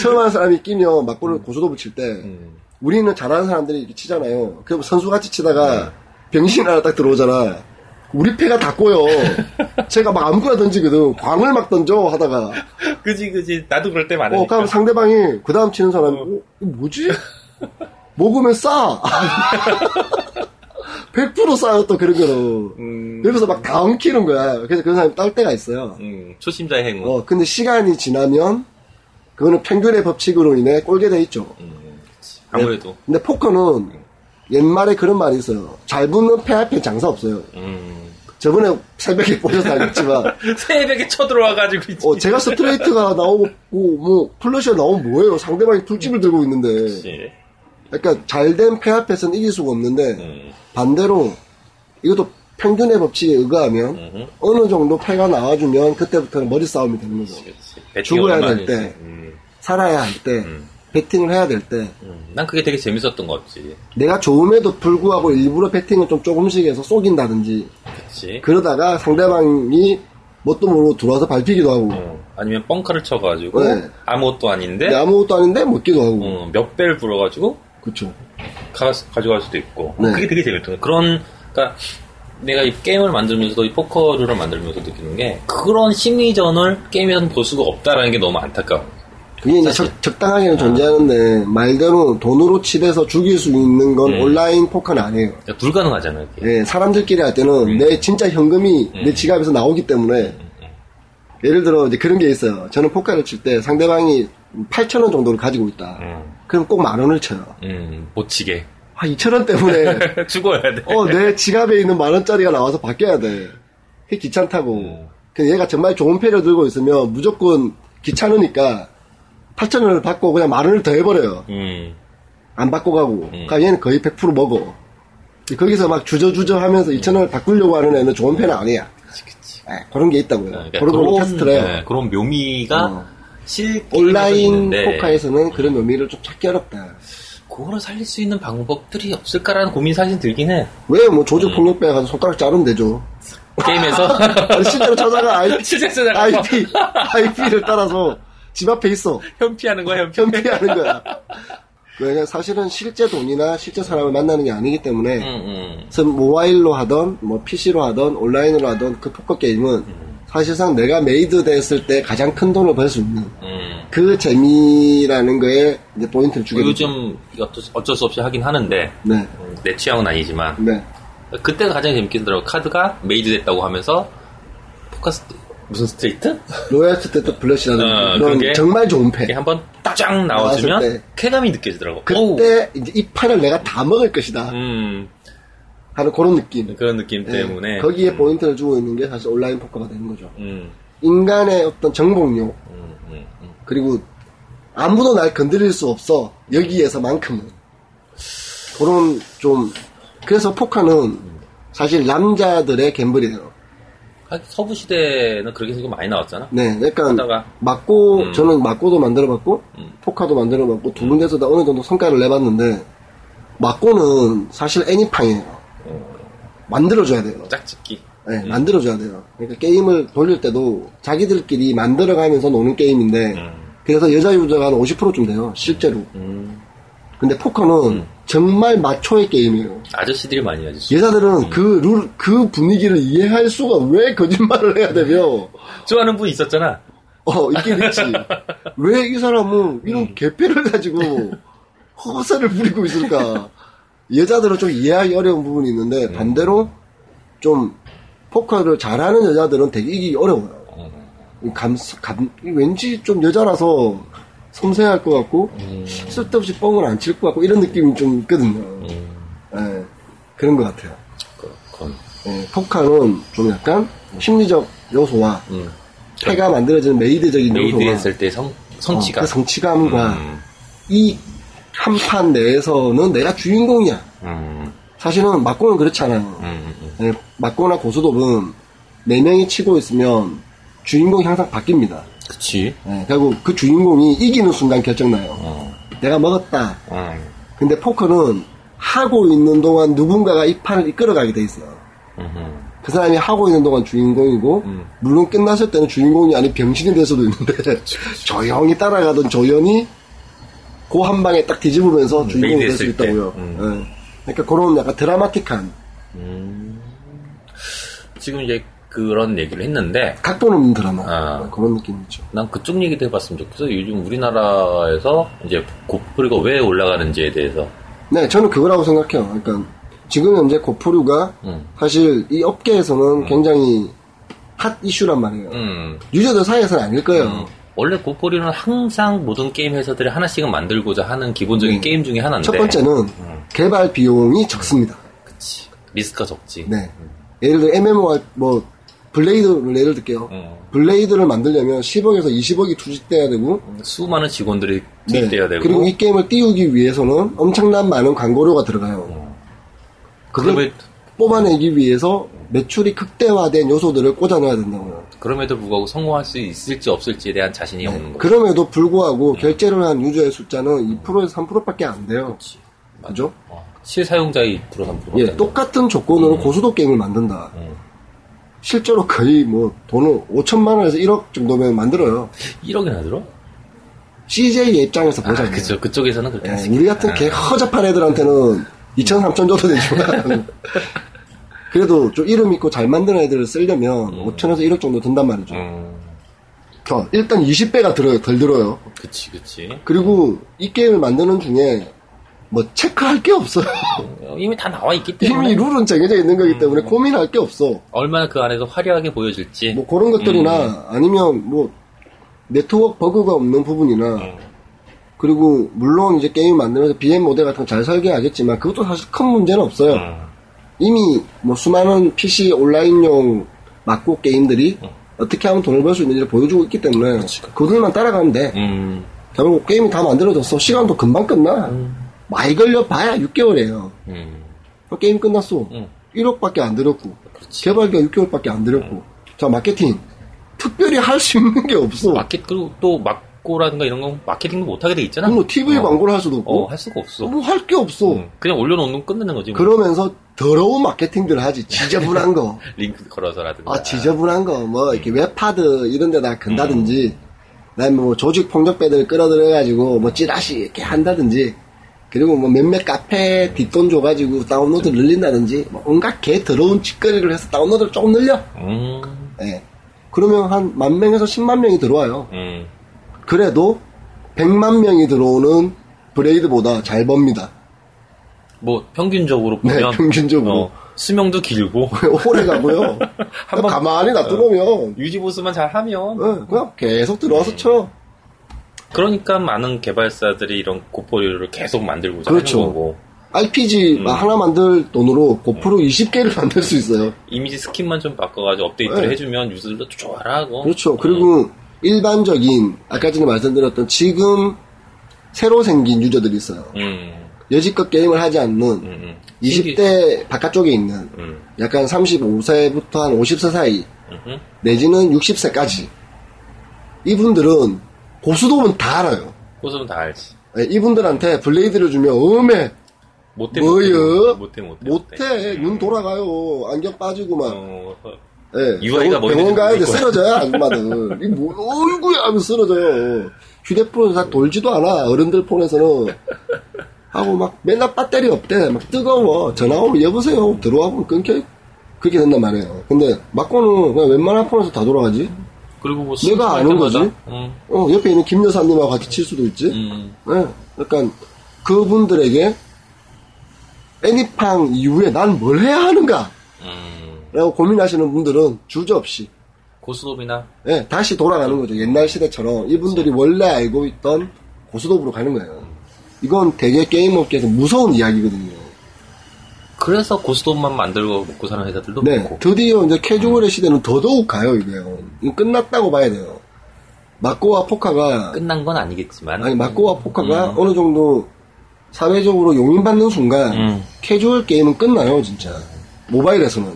Speaker 1: 처음 아는 사람이 끼면
Speaker 2: 음.
Speaker 1: 막고를 고수도 붙일 때 우리는 잘하는 사람들이 이렇게 치잖아요. 그럼 선수같이
Speaker 2: 네.
Speaker 1: 치다가 병신 하나 딱 들어오잖아. 우리 패가 다 꼬여. 제가 막 아무거나 던지거든. 광을 막 던져 하다가
Speaker 2: 그지 그지. 나도 그럴 때 많으니까.
Speaker 1: 어 그럼 상대방이 그 다음 치는 사람이 어, 이거 뭐지? 먹으면 싸. 100% 싸요 또 그런 거는.
Speaker 2: 음,
Speaker 1: 그래서 막 다운키는 거야. 그래서 그런 사람이 딸 때가 있어요.
Speaker 2: 음, 초심자의 행운.
Speaker 1: 어, 근데 시간이 지나면, 그거는 평균의 법칙으로 인해 꼴게 돼 있죠.
Speaker 2: 음, 그치. 아무래도.
Speaker 1: 근데 포커는 옛말에 그런 말이 있어요. 잘 붙는 패 앞에 장사 없어요.
Speaker 2: 음.
Speaker 1: 저번에 새벽에 보셔서 알겠지만,
Speaker 2: 새벽에 쳐들어와가지고 있지.
Speaker 1: 어, 제가 스트레이트가 나오고, 뭐, 플러시가 나오면 뭐예요? 상대방이 둘집을 들고 있는데.
Speaker 2: 그치.
Speaker 1: 그러니까 잘된 패 앞에서는 이길 수가 없는데,
Speaker 2: 예. 음,
Speaker 1: 반대로, 이것도 평균의 법칙에 의거하면,
Speaker 2: 음,
Speaker 1: 어느 정도 패가 나와주면 그때부터는 머리 싸움이 되는 거죠.
Speaker 2: 그치. 배팅이
Speaker 1: 죽어야 될
Speaker 2: 얼마나
Speaker 1: 때.
Speaker 2: 있어. 음,
Speaker 1: 살아야 할 때, 배팅을 해야 될 때,
Speaker 2: 음. 난 그게 되게 재밌었던 것 같지.
Speaker 1: 내가 좋음에도 불구하고 일부러 배팅을 좀 조금씩 해서 속인다든지,
Speaker 2: 그치.
Speaker 1: 그러다가 상대방이 뭣도 모르고 들어와서 밟히기도 하고,
Speaker 2: 어, 아니면 뻥카를 쳐가지고
Speaker 1: 네.
Speaker 2: 아무것도 아닌데
Speaker 1: 근데 아무것도 아닌데 먹기도 하고,
Speaker 2: 어, 몇 배를 불어가지고
Speaker 1: 그쵸.
Speaker 2: 가, 져갈 수도 있고 어,
Speaker 1: 네.
Speaker 2: 그게 되게 재밌던 거예요. 그런 그러니까 내가 이 게임을 만들면서도 이 포커를 만들면서 느끼는 게 그런 심리전을 게임에서는 볼 수가 없다라는 게 너무 안타까워.
Speaker 1: 그게 이제
Speaker 2: 사실. 아.
Speaker 1: 적, 적당하게는 존재하는데 말대로 돈으로 칠해서 죽일 수 있는
Speaker 2: 네.
Speaker 1: 건 온라인 포커는 아니에요.
Speaker 2: 그러니까 불가능하잖아요. 그게.
Speaker 1: 예, 사람들끼리 할 때는 내 진짜 현금이 내 지갑에서 나오기 때문에 예를 들어 이제 그런 게 있어요. 저는 포카를 칠 때 상대방이 8천 원 정도를 가지고 있다.
Speaker 2: 음,
Speaker 1: 그럼 꼭 만 원을 쳐요.
Speaker 2: 음, 못 치게.
Speaker 1: 아 2천 원 때문에
Speaker 2: 네. 죽어야 돼.
Speaker 1: 어 내 지갑에 있는 만 원짜리가 나와서 바뀌어야 돼. 그게 귀찮다고.
Speaker 2: 음.
Speaker 1: 그 얘가 정말 좋은 패를 들고 있으면 무조건 귀찮으니까 8천 원을 받고 그냥 만 원을 더 해버려요.
Speaker 2: 음,
Speaker 1: 안 바꿔 가고.
Speaker 2: 예.
Speaker 1: 그러니까 얘는 거의 100% 먹어. 거기서 막 주저주저 하면서 2,000원을 바꾸려고 하는 애는 좋은 편은 아니야.
Speaker 2: 예. 그치, 그치.
Speaker 1: 예, 그런 게 있다고요.
Speaker 2: 그러니까
Speaker 1: 그런 걸로 테스트를 해요.
Speaker 2: 네, 그런 묘미가
Speaker 1: 어.
Speaker 2: 실
Speaker 1: 온라인
Speaker 2: 있는데 예.
Speaker 1: 포카에서는 그런 의미를 좀 찾기 어렵다.
Speaker 2: 그거를 살릴 수 있는 방법들이 없을까라는 고민이 사실 들긴 해.
Speaker 1: 왜 뭐
Speaker 2: 예.
Speaker 1: 조직폭력배 가서 손가락 자르면 되죠.
Speaker 2: 게임에서. 뭐
Speaker 1: 아니, 실제로 찾아가 IP,
Speaker 2: 실제로 찾아가서.
Speaker 1: IP, IP를 따라서 집 앞에 있어.
Speaker 2: 현피하는 거야, 현피.
Speaker 1: 현피하는 거야. 그러니까 사실은 실제 돈이나 실제 사람을 만나는 게 아니기 때문에
Speaker 2: 음, 음.
Speaker 1: 그래서 모바일로 하던 뭐 PC로 하던 온라인으로 하던 그 포커 게임은 사실상 내가 메이드 됐을 때 가장 큰 돈을 벌 수 있는
Speaker 2: 음.
Speaker 1: 그 재미라는 거에 이제 포인트를 주게 되죠.
Speaker 2: 요즘 어쩔 수- 어쩔 수 없이 하긴 하는데
Speaker 1: 네.
Speaker 2: 음, 내 취향은 아니지만
Speaker 1: 네.
Speaker 2: 그때가 가장 재밌게 더라고 카드가 메이드 됐다고 하면서 포커스 무슨 스트레이트?
Speaker 1: 네. 로얄스 때또 블러시라는
Speaker 2: 어,
Speaker 1: 그런
Speaker 2: 그게-
Speaker 1: 정말 좋은 패.
Speaker 2: 이렇게 한번 따장
Speaker 1: 나왔을
Speaker 2: 나와주면
Speaker 1: 때.
Speaker 2: 쾌감이 느껴지더라고. 오우.
Speaker 1: 그때 이제 이 판을 내가 다 먹을 것이다
Speaker 2: 음,
Speaker 1: 하는 그런 느낌.
Speaker 2: 그런 느낌
Speaker 1: 네.
Speaker 2: 때문에
Speaker 1: 거기에
Speaker 2: 음,
Speaker 1: 포인트를 주고 있는 게 사실 온라인 포커가 되는 거죠.
Speaker 2: 음,
Speaker 1: 인간의 어떤 정복력
Speaker 2: 음, 음, 음.
Speaker 1: 그리고 아무도 날 건드릴 수 없어 여기에서만큼은 그런 좀 그래서 포카는 사실 남자들의 갬블이에요.
Speaker 2: 하- 서부 시대는 그렇게 해서 많이 나왔잖아.
Speaker 1: 네, 약간
Speaker 2: 하다가.
Speaker 1: 맞고
Speaker 2: 음.
Speaker 1: 저는 맞고도 만들어봤고 포카도 만들어봤고 두 군데서 다 어느 정도 성과를 내봤는데 맞고는 사실 애니팡이에요.
Speaker 2: 음.
Speaker 1: 만들어줘야 돼요.
Speaker 2: 짝짓기.
Speaker 1: 네, 만들어줘야 돼요. 그러니까 게임을 돌릴 때도 자기들끼리 만들어가면서 노는 게임인데
Speaker 2: 음,
Speaker 1: 그래서 여자 유저가 한 50%쯤 돼요, 실제로.
Speaker 2: 음.
Speaker 1: 근데 포커는 정말 마초의 게임이에요.
Speaker 2: 아저씨들이 많이 하지.
Speaker 1: 여자들은 그 룰, 그 분위기를 이해할 수가 왜 거짓말을 해야 되며,
Speaker 2: 좋아하는 분 있었잖아.
Speaker 1: 어, 있긴 있지. 왜 이 사람은 이런 개패를 가지고 허세를 부리고 있을까. 여자들은 좀 이해하기 어려운 부분이 있는데, 반대로 좀 포커를 잘하는 여자들은 되게 이기기 어려워요. 감, 감, 왠지 좀 여자라서 섬세할 것 같고, 쓸데없이 뻥을 안 칠 것 같고, 이런 느낌이 좀 있거든요. 예, 그런 것 같아요.
Speaker 2: 그- 그건
Speaker 1: 예, 포카는 좀 약간 심리적 요소와
Speaker 2: 음.
Speaker 1: 해가 만들어지는 메이드적인
Speaker 2: 메이드
Speaker 1: 요소와
Speaker 2: 했을 때 성, 성취감.
Speaker 1: 어, 그 성취감과
Speaker 2: 음,
Speaker 1: 이 한 판 내에서는 내가 주인공이야.
Speaker 2: 음,
Speaker 1: 사실은 막고는 그렇지 않아요.
Speaker 2: 음, 음.
Speaker 1: 예, 막고나 고수톱은 네 명이 치고 있으면 주인공이 항상 바뀝니다.
Speaker 2: 그치.
Speaker 1: 예, 결국 그 주인공이 이기는 순간 결정나요.
Speaker 2: 어,
Speaker 1: 내가 먹었다.
Speaker 2: 음,
Speaker 1: 근데 포커는 하고 있는 동안 누군가가 이 판을 이끌어가게 돼 있어요.
Speaker 2: 음,
Speaker 1: 그 사람이 하고 있는 동안 주인공이고
Speaker 2: 음.
Speaker 1: 물론 끝났을 때는 주인공이 아닌 병신이 될 수도 있는데
Speaker 2: 그렇죠,
Speaker 1: 조용히 따라가던 조연이 그 한 방에 딱 뒤집으면서 주인공이 될 수
Speaker 2: 메이드 했을 음, 때.
Speaker 1: 있다고요.
Speaker 2: 음.
Speaker 1: 예. 그러니까 그런 약간 드라마틱한
Speaker 2: 음. 지금 이제 그런 얘기를 했는데,
Speaker 1: 각본 없는 드라마
Speaker 2: 아.
Speaker 1: 그런 느낌이죠.
Speaker 2: 난 그쪽 얘기도 해봤으면 좋겠어. 요즘 우리나라에서 이제 고프리가 왜 올라가는지에 대해서.
Speaker 1: 네, 저는 그거라고 생각해요. 그러니까 지금 현재 고프류가
Speaker 2: 음.
Speaker 1: 사실 이 업계에서는 굉장히 핫 이슈란 말이에요.
Speaker 2: 음.
Speaker 1: 유저들 사이에서는 아닐 거예요.
Speaker 2: 원래 고프리는 항상 모든 게임 회사들이 하나씩은 만들고자 하는
Speaker 1: 네.
Speaker 2: 기본적인 게임 중에 하나인데.
Speaker 1: 첫 번째는
Speaker 2: 음.
Speaker 1: 개발 비용이 적습니다.
Speaker 2: 그치. 리스크가 적지.
Speaker 1: 네. 예를 들어 MMO 뭐 블레이드를 예를 들게요.
Speaker 2: 음.
Speaker 1: 블레이드를 만들려면 10억에서 20억이 투입돼야 되고 네.
Speaker 2: 수많은 직원들이 투입돼야 되고.
Speaker 1: 그리고 이 게임을 띄우기 위해서는 엄청난 많은 광고료가 들어가요.
Speaker 2: 어.
Speaker 1: 그걸
Speaker 2: 그럼에-
Speaker 1: 뽑아내기 위해서 매출이 극대화된 요소들을 꽂아넣어야 된다고요.
Speaker 2: 그럼에도 불구하고 성공할 수 있을지 없을지에 대한 자신이
Speaker 1: 네.
Speaker 2: 없는 거지.
Speaker 1: 그럼에도 불구하고 결제를 한 유저의 숫자는 2%에서 3%밖에 안 돼요. 그죠?
Speaker 2: 어, 실사용자의 2% 3%.
Speaker 1: 예, 똑같은 조건으로 고수도 게임을 만든다.
Speaker 2: 음.
Speaker 1: 실제로 거의 뭐 돈을 5천만 원에서 1억 정도면 만들어요.
Speaker 2: 1억이나 들어?
Speaker 1: 네. CJ의 입장에서
Speaker 2: 아,
Speaker 1: 보자면 어,
Speaker 2: 그쵸. 그쪽에서는 그렇게
Speaker 1: 예,
Speaker 2: 하지.
Speaker 1: 우리 같은 개 허접한 애들한테는 2천, 3천 줘도 되지만 뭐. 그래도 좀 이름 있고 잘 만드는 애들을 쓰려면 5천에서 1억 정도 든단 말이죠.
Speaker 2: 음,
Speaker 1: 겨, 일단 20배가 들어요. 덜 들어요.
Speaker 2: 그치, 그치.
Speaker 1: 그리고 이 게임을 만드는 중에 뭐 체크할 게 없어요.
Speaker 2: 어, 이미 다 나와 있기 때문에.
Speaker 1: 이미 룰은 정해져 있는
Speaker 2: 음.
Speaker 1: 거기 때문에 고민할 게 없어.
Speaker 2: 얼마나 그 안에서 화려하게 보여질지.
Speaker 1: 뭐 그런
Speaker 2: 음.
Speaker 1: 것들이나 아니면 뭐 네트워크 버그가 없는 부분이나
Speaker 2: 음.
Speaker 1: 그리고 물론 이제 게임 만들면서 BM 모델 같은 거 잘 설계하겠지만 그것도 사실 큰 문제는 없어요.
Speaker 2: 음,
Speaker 1: 이미 뭐 수많은 PC 온라인용 막고 게임들이 어떻게 하면 돈을 벌 수 있는지를 보여주고 있기 때문에 그들만 따라가면 돼.
Speaker 2: 음,
Speaker 1: 결국 그 게임이 다 만들어졌어. 시간도 금방 끝나. 많이 걸려봐야 6개월이에요. 그
Speaker 2: 음.
Speaker 1: 게임 끝났어.
Speaker 2: 응.
Speaker 1: 1억밖에 안 들었고 개발비가 6개월밖에 안
Speaker 2: 음.
Speaker 1: 들었고 자 마케팅 특별히 할 수 있는 게 없어.
Speaker 2: 마켓, 그리고 또 막고라든가 이런 건 마케팅도 못하게 돼 있잖아.
Speaker 1: 뭐 TV
Speaker 2: 어.
Speaker 1: 광고를 할 수도
Speaker 2: 어,
Speaker 1: 없고
Speaker 2: 할 수가 없어.
Speaker 1: 뭐 할 게 없어.
Speaker 2: 음, 그냥 올려놓는 건 끝내는 거지. 뭐.
Speaker 1: 그러면서 더러운 마케팅들 을 하지 지저분한 거.
Speaker 2: 링크 걸어서라든가.
Speaker 1: 아, 지저분한 거, 뭐, 이렇게 웹하드 이런 데다 근다든지, 난 뭐, 조직 폭력배들 끌어들여가지고, 뭐, 찌라시 이렇게 한다든지, 그리고 뭐, 몇몇 카페 뒷돈 줘가지고 다운로드 늘린다든지, 뭐, 온갖 개 더러운 짓거리를 해서 다운로드를 조금 늘려.
Speaker 2: 음,
Speaker 1: 예. 그러면 한 만 명에서 10만 명이 들어와요.
Speaker 2: 음,
Speaker 1: 그래도 100만 명이 들어오는 브레이드보다 잘 법니다.
Speaker 2: 뭐, 평균적으로
Speaker 1: 네,
Speaker 2: 보면.
Speaker 1: 평균적으로.
Speaker 2: 어, 수명도 길고.
Speaker 1: 오래 가고요.
Speaker 2: 한번-
Speaker 1: 가만히 놔두면,
Speaker 2: 유지보수만 잘 하면.
Speaker 1: 예, 그냥 계속 들어와서 쳐.
Speaker 2: 그러니까 많은 개발사들이 이런 고포류를 계속 만들고 자
Speaker 1: 그렇죠.
Speaker 2: 하는 거고.
Speaker 1: RPG 하나 만들 돈으로 고프로 20개를 만들 수 있어요.
Speaker 2: 이미지 스킨만 좀 바꿔가지고 업데이트를
Speaker 1: 네.
Speaker 2: 해주면 유저들도 좋아라 하고.
Speaker 1: 그렇죠. 그리고 일반적인 아까 전에 말씀드렸던 지금 새로 생긴 유저들이 있어요.
Speaker 2: 음,
Speaker 1: 여지껏 게임을 하지 않는
Speaker 2: 음, 음.
Speaker 1: 20대 바깥쪽에 있는
Speaker 2: 음,
Speaker 1: 약간 35세부터 한 50세 사이
Speaker 2: 음,
Speaker 1: 내지는 60세까지 이분들은 고수도면 다 알아요.
Speaker 2: 고수는 다 알지.
Speaker 1: 예, 이분들한테 블레이드를 주면 음에
Speaker 2: 못해,
Speaker 1: 뭐여?
Speaker 2: 못해, 못해.
Speaker 1: 못해 눈 돌아가요 안경 빠지고 막
Speaker 2: 어, 어,
Speaker 1: 예,
Speaker 2: UI가
Speaker 1: 병원,
Speaker 2: 뭐
Speaker 1: 병원
Speaker 2: 있는지
Speaker 1: 가야 돼
Speaker 2: 모를 거야.
Speaker 1: 쓰러져야 아줌마들 이게 뭐 어이구야 하면서 쓰러져요 휴대폰에서 다 돌지도 않아 어른들 폰에서는 하고 막 맨날 배터리 없대 막 뜨거워 전화 오면 여보세요 들어와보면 끊겨 그렇게 된단 말이에요 근데 막고는 그냥 웬만한 폰에서 다 돌아가지
Speaker 2: 그리고 뭐
Speaker 1: 내가 아는 거지?
Speaker 2: 음,
Speaker 1: 어 옆에 있는 김 여사님하고 같이 칠 수도 있지
Speaker 2: 음,
Speaker 1: 예, 그러니까 그분들에게 애니팡 이후에 난 뭘 해야 하는가
Speaker 2: 음.
Speaker 1: 라고 고민하시는 분들은 주저없이
Speaker 2: 고스톱이나
Speaker 1: 예, 다시 돌아가는 거죠. 옛날 시대처럼 이분들이 원래 알고 있던 고수도부로 가는 거예요. 이건 되게 게임 업계에서 무서운 이야기거든요.
Speaker 2: 그래서 고스톱만 만들고 먹고 사는 회사들도
Speaker 1: 네,
Speaker 2: 많고.
Speaker 1: 드디어 이제 캐주얼의 시대는 더더욱 가요, 이게요. 이거 끝났다고 봐야 돼요. 막고와 포카가
Speaker 2: 끝난 건 아니겠지만.
Speaker 1: 아니 막고와 포카가
Speaker 2: 음.
Speaker 1: 어느 정도 사회적으로 용인받는 순간
Speaker 2: 음.
Speaker 1: 캐주얼 게임은 끝나요, 진짜. 모바일에서는.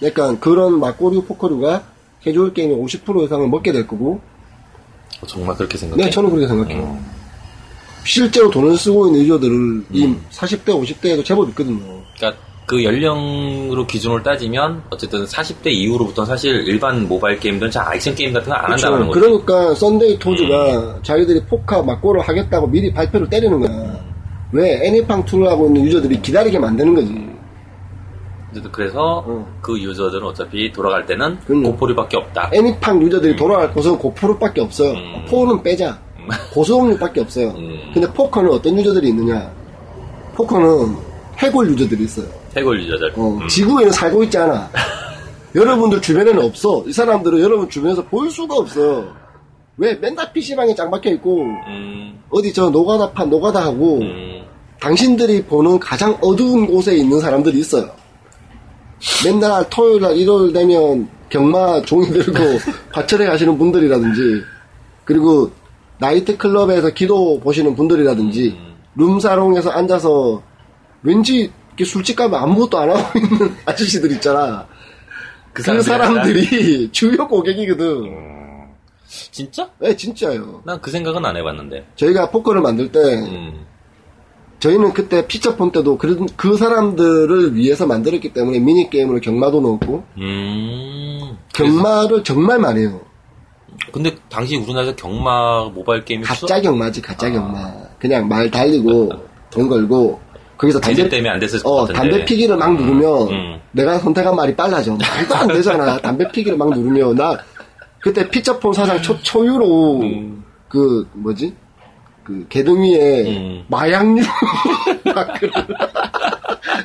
Speaker 1: 그러니까 그런 막고류 포커류가 캐주얼 게임의 50% 이상을 먹게 될 거고
Speaker 2: 어, 정말 그렇게 생각해.
Speaker 1: 네, 저는 그렇게 생각해요.
Speaker 2: 어.
Speaker 1: 실제로 돈을 쓰고 있는 유저들은 이
Speaker 2: 음.
Speaker 1: 40대, 50대에도 제법 있거든요.
Speaker 2: 그러니까 그 연령으로 기준으로 따지면 어쨌든 40대 이후로부터는 사실 일반 모바일 게임들은 잘 액션 게임 같은 거 안 한다는 음. 거죠.
Speaker 1: 그러니까 썬데이 토즈가 자기들이 포카 막고를 하겠다고 미리 발표를 때리는 거야. 왜 애니팡 툴을 하고 있는 유저들이 기다리게 만드는 거지.
Speaker 2: 어쨌든 그래서
Speaker 1: 음.
Speaker 2: 그 유저들은 어차피 돌아갈 때는
Speaker 1: 그럼요.
Speaker 2: 고포류밖에 없다.
Speaker 1: 애니팡 유저들이 돌아갈 곳은 고프로밖에 없어요.
Speaker 2: 음.
Speaker 1: 포는 빼자. 고소음료밖에 없어요.
Speaker 2: 음.
Speaker 1: 근데 포커는 어떤 유저들이 있느냐? 포커는 해골 유저들이 있어요.
Speaker 2: 해골 유저들.
Speaker 1: 어,
Speaker 2: 음.
Speaker 1: 지구에는 살고 있지 않아. 여러분들 주변에는 없어. 이 사람들은 여러분 주변에서 볼 수가 없어. 왜 맨날 PC방에 짱박혀 있고,
Speaker 2: 음,
Speaker 1: 어디 저 노가다판 노가다 하고,
Speaker 2: 음,
Speaker 1: 당신들이 보는 가장 어두운 곳에 있는 사람들이 있어요. 맨날 토요일 날, 일요일 되면 경마 종이 들고 과철에 가시는 분들이라든지, 그리고 나이트 클럽에서 기도 보시는 분들이라든지, 룸사롱에서 앉아서 왠지 이렇게 술집 가면 아무것도 안 하고 있는 아저씨들 있잖아.
Speaker 2: 그
Speaker 1: 그,
Speaker 2: 사람들이
Speaker 1: 사람들이 주요 고객이거든.
Speaker 2: 음. 진짜?
Speaker 1: 네, 진짜요.
Speaker 2: 난 그 생각은 안 해봤는데.
Speaker 1: 저희가 포커를 만들 때,
Speaker 2: 음,
Speaker 1: 저희는 그때 피처폰 때도 그, 그 사람들을 위해서 만들었기 때문에 미니게임으로 경마도 넣었고,
Speaker 2: 음.
Speaker 1: 경마를 정말 많이 해요.
Speaker 2: 근데 당시 우리나라에서 경마 모바일 게임이 아.
Speaker 1: 가짜 경마지, 가짜 경마. 그냥 말 달리고, 돈 걸고, 거기서 담배
Speaker 2: 대전 때문에 안 됐을 것
Speaker 1: 어,
Speaker 2: 같은데.
Speaker 1: 담배 피기를 막 누르면
Speaker 2: 음.
Speaker 1: 내가 선택한 말이 빨라져. 말도 안 되잖아. 담배 피기를 막 누르면 나 그때 피자폰 사상 초, 초유로 그 뭐지? 그 개등 위에
Speaker 2: 음.
Speaker 1: 마약류 마크를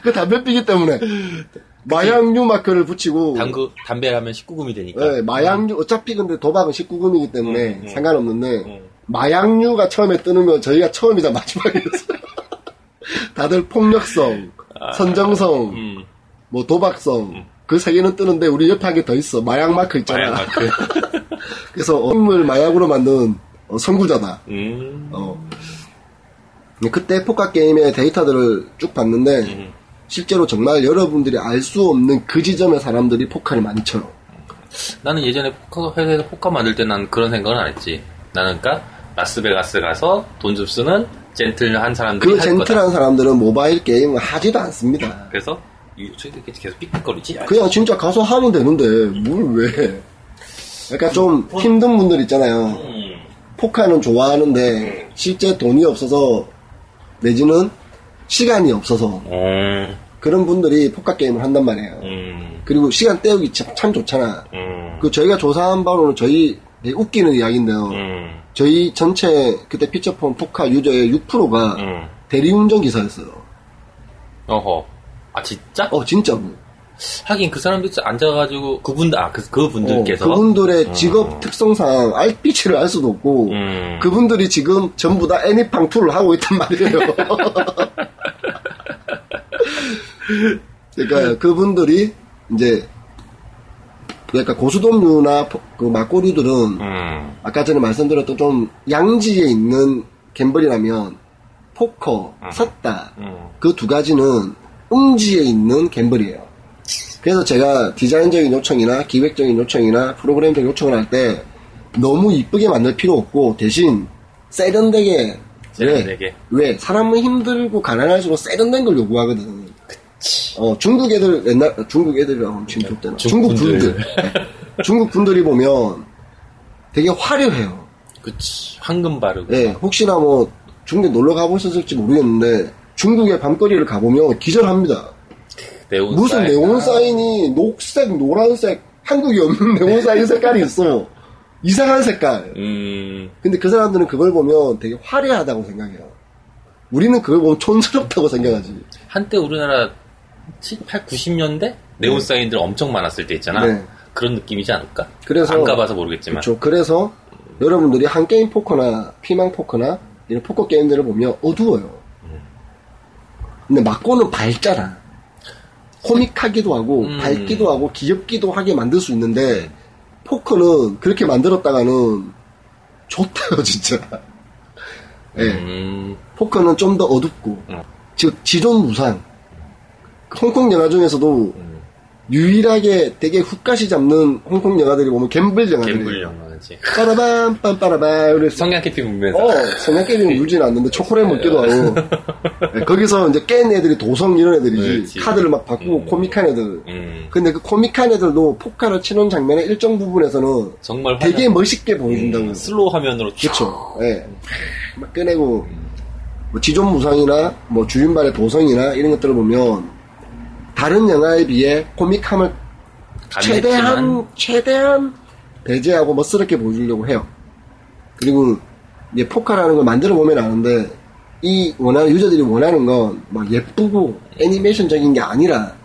Speaker 1: 그 담배 피기 때문에 마약류 마크를 붙이고
Speaker 2: 당구, 담배라면 19금이 되니까.
Speaker 1: 예, 마약류 어차피 근데 도박은 19금이기 때문에
Speaker 2: 네. 음, 음.
Speaker 1: 상관없는데
Speaker 2: 음.
Speaker 1: 마약류가 처음에 뜨는 건 저희가 처음이자 마지막이었어요. 다들 폭력성, 선정성,
Speaker 2: 아, 음,
Speaker 1: 뭐 도박성 그 세 개는 뜨는데 우리 옆에 한 개 더 있어 마약 마크 있잖아.
Speaker 2: 마약 마크.
Speaker 1: 그래서 식물 마약으로 만든 어, 선구자다.
Speaker 2: 음,
Speaker 1: 어. 근데 그때 포카 게임의 데이터들을 쭉 봤는데
Speaker 2: 음.
Speaker 1: 실제로 정말 여러분들이 알 수 없는 그 지점의 사람들이 포카를 많이 쳐요.
Speaker 2: 나는 예전에 포카, 회사에서 포카 만들 때 난 그런 생각은 안 했지. 나는 그니까, 라스베가스 가서 돈 좀 쓰는 젠틀한 사람들이
Speaker 1: 그
Speaker 2: 할 거다.
Speaker 1: 젠틀한 사람들은 모바일 게임을 하지도 않습니다.
Speaker 2: 그래서, 이 저희들끼리 계속 삐끗거리지.
Speaker 1: 그냥 진짜 가서 하면 되는데 뭘 왜? 그러니까 좀 힘든 분들 있잖아요.
Speaker 2: 음,
Speaker 1: 포카는 좋아하는데 실제 돈이 없어서 내지는 시간이 없어서
Speaker 2: 음,
Speaker 1: 그런 분들이 포카 게임을 한단 말이에요.
Speaker 2: 음,
Speaker 1: 그리고 시간 때우기 참, 참 좋잖아.
Speaker 2: 음,
Speaker 1: 그 저희가 조사한 바로는 저희 되게 웃기는 이야기인데요.
Speaker 2: 음,
Speaker 1: 저희 전체 그때 피처폰 포카 유저의 6%가
Speaker 2: 음.
Speaker 1: 대리운전 기사였어요.
Speaker 2: 어허. 아, 진짜?
Speaker 1: 어 진짜로.
Speaker 2: 하긴 그 사람들 앉아가지고, 그분들, 아, 그, 그분들께서.
Speaker 1: 어, 그분들의 직업 특성상 알빛을 알 수도 없고
Speaker 2: 음.
Speaker 1: 그분들이 지금 전부 다 애니팡 2를 하고 있단 말이에요. 그러니까
Speaker 2: 음.
Speaker 1: 그분들이 이제 그러니까 고수돔류나 포- 그 막고류들은
Speaker 2: 음.
Speaker 1: 아까 전에 말씀드렸던 좀 양지에 있는 갬블이라면 포커, 섰다
Speaker 2: 음.
Speaker 1: 그 두 가지는 음지에 있는 갬블이에요. 그래서 제가 디자인적인 요청이나 기획적인 요청이나 프로그램적 요청을 할 때 너무 이쁘게 만들 필요 없고 대신 세련되게 네.
Speaker 2: 세련되게.
Speaker 1: 왜? 왜? 사람은 힘들고 가난할수록 세련된 걸 요구하거든. 어, 중국 애들 옛날 중국 애들이라고 지금 볼 때는 중국
Speaker 2: 중국
Speaker 1: 분들
Speaker 2: 분들.
Speaker 1: 네. 중국 분들이 보면 되게 화려해요.
Speaker 2: 그치. 황금 바르고.
Speaker 1: 예, 혹시나 뭐 중국에 놀러 가보셨을지 모르겠는데 중국의 밤거리를 가보면 기절합니다.
Speaker 2: 네온
Speaker 1: 무슨
Speaker 2: 사인. 아.
Speaker 1: 네온 사인이 녹색, 노란색, 한국에 없는 네온 사인 색깔이 있어. 이상한 색깔.
Speaker 2: 음.
Speaker 1: 근데 그 사람들은 그걸 보면 되게 화려하다고 생각해요. 우리는 그걸 보면 촌스럽다고 생각하지.
Speaker 2: 한때 우리나라 7, 8, 90년대? 네온 사인들 엄청 많았을 때 있잖아.
Speaker 1: 네.
Speaker 2: 그런 느낌이지 않을까?
Speaker 1: 그래서-
Speaker 2: 안 가봐서 모르겠지만.
Speaker 1: 그렇죠. 그래서 여러분들이 한 게임 포커나 피망 포커나 이런 포커 게임들을 보면 어두워요. 근데 막고는 밝잖아. 코믹하기도 하고
Speaker 2: 음.
Speaker 1: 밝기도 하고 귀엽기도 하게 만들 수 있는데 포커는 그렇게 만들었다가는 좋대요 진짜. 예,
Speaker 2: 음.
Speaker 1: 포커는 좀 더 어둡고
Speaker 2: 음.
Speaker 1: 즉 지존 무상. 홍콩 영화 중에서도
Speaker 2: 음.
Speaker 1: 유일하게 되게 훅가시 잡는 홍콩 영화들이 보면 갬블 영화들이
Speaker 2: 갬블 영화지.
Speaker 1: 빠라밤 빰빠라밤 그래서 예.
Speaker 2: 성냥개피 물면서.
Speaker 1: 어 성냥개비는 울진 않는데 초콜릿 먹기도 하고 네, 거기서 이제 깬 애들이 도성 이런 애들이지
Speaker 2: 그렇지.
Speaker 1: 카드를 막 바꾸고
Speaker 2: 음.
Speaker 1: 코믹한 애들
Speaker 2: 음.
Speaker 1: 근데 그 코믹한 애들도 포카를 치는 장면의 일정 부분에서는
Speaker 2: 정말 화려-
Speaker 1: 되게 멋있게 보여준다고
Speaker 2: 음, 슬로우 화면으로 쭉
Speaker 1: 그렇죠 예막 꺼내고 뭐 지존 무상이나 뭐 주인발의 도성이나 이런 것들을 보면 다른 영화에 비해 코믹함을
Speaker 2: 가능했지만
Speaker 1: 최대한 최대한 배제하고 멋스럽게 보여주려고 해요. 그리고 이제 포카라는 걸 만들어 보면 아는데 이 원하는 유저들이 원하는 건 막 예쁘고 애니메이션적인 게 아니라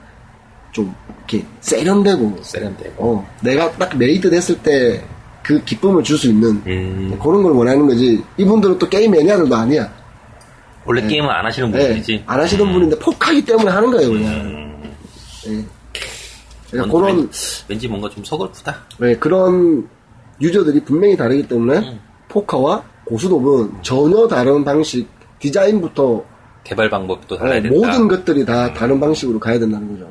Speaker 1: 좀 이렇게 세련되고
Speaker 2: 세련되고.
Speaker 1: 어 내가 딱 메이드 됐을 때 그 기쁨을 줄 수 있는
Speaker 2: 음.
Speaker 1: 뭐 그런 걸 원하는 거지 이분들은 또 게임 매니아들도 아니야
Speaker 2: 원래 게임을 안 하시는
Speaker 1: 예,
Speaker 2: 분들이지. 음.
Speaker 1: 안 하시던 분인데 포카기 때문에 하는 거예요 그냥 예. 그러니까
Speaker 2: 뭔-
Speaker 1: 그런
Speaker 2: 왠지, 왠지 뭔가 좀 서글프다.
Speaker 1: 네, 그런 유저들이 분명히 다르기 때문에
Speaker 2: 음.
Speaker 1: 포카와 고수톱은 전혀 다른 방식, 디자인부터
Speaker 2: 개발 방법도 달라야 된다. 음.
Speaker 1: 모든 것들이 다 다른 방식으로 가야 된다는 거죠.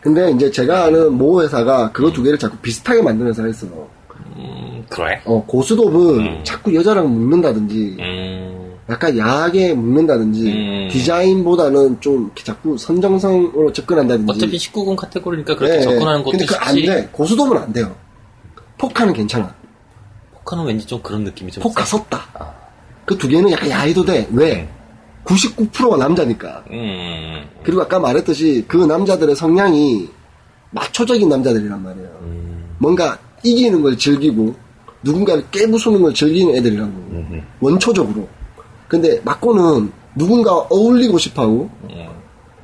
Speaker 1: 근데 이제 제가 아는 모 회사가 그거 두 개를 자꾸 비슷하게 만드는 회사가 있어요.
Speaker 2: 음, 그래.
Speaker 1: 어, 고수톱은
Speaker 2: 음.
Speaker 1: 자꾸 여자랑 묶는다든지
Speaker 2: 음,
Speaker 1: 약간 야하게 묶는다든지
Speaker 2: 음.
Speaker 1: 디자인보다는 좀 이렇게 자꾸 선정성으로 접근한다든지
Speaker 2: 어차피 19금 카테고리니까 그렇게
Speaker 1: 예,
Speaker 2: 접근하는 것도
Speaker 1: 근데
Speaker 2: 쉽지.
Speaker 1: 그거 안 돼. 고수톱은 안 돼요. 포카는 괜찮아.
Speaker 2: 포카는 왠지 좀 그런 느낌이 좀.
Speaker 1: 포카
Speaker 2: 있어.
Speaker 1: 섰다. 그 두 개는 약간 야해도 돼. 왜? 99%가 남자니까.
Speaker 2: 음,
Speaker 1: 그리고 아까 말했듯이 그 남자들의 성향이 마초적인 남자들이란 말이에요. 뭔가 이기는 걸 즐기고 누군가를 깨부수는 걸 즐기는 애들이라고.
Speaker 2: 음.
Speaker 1: 원초적으로. 근데 막고는 누군가와 어울리고 싶어 하고
Speaker 2: 음.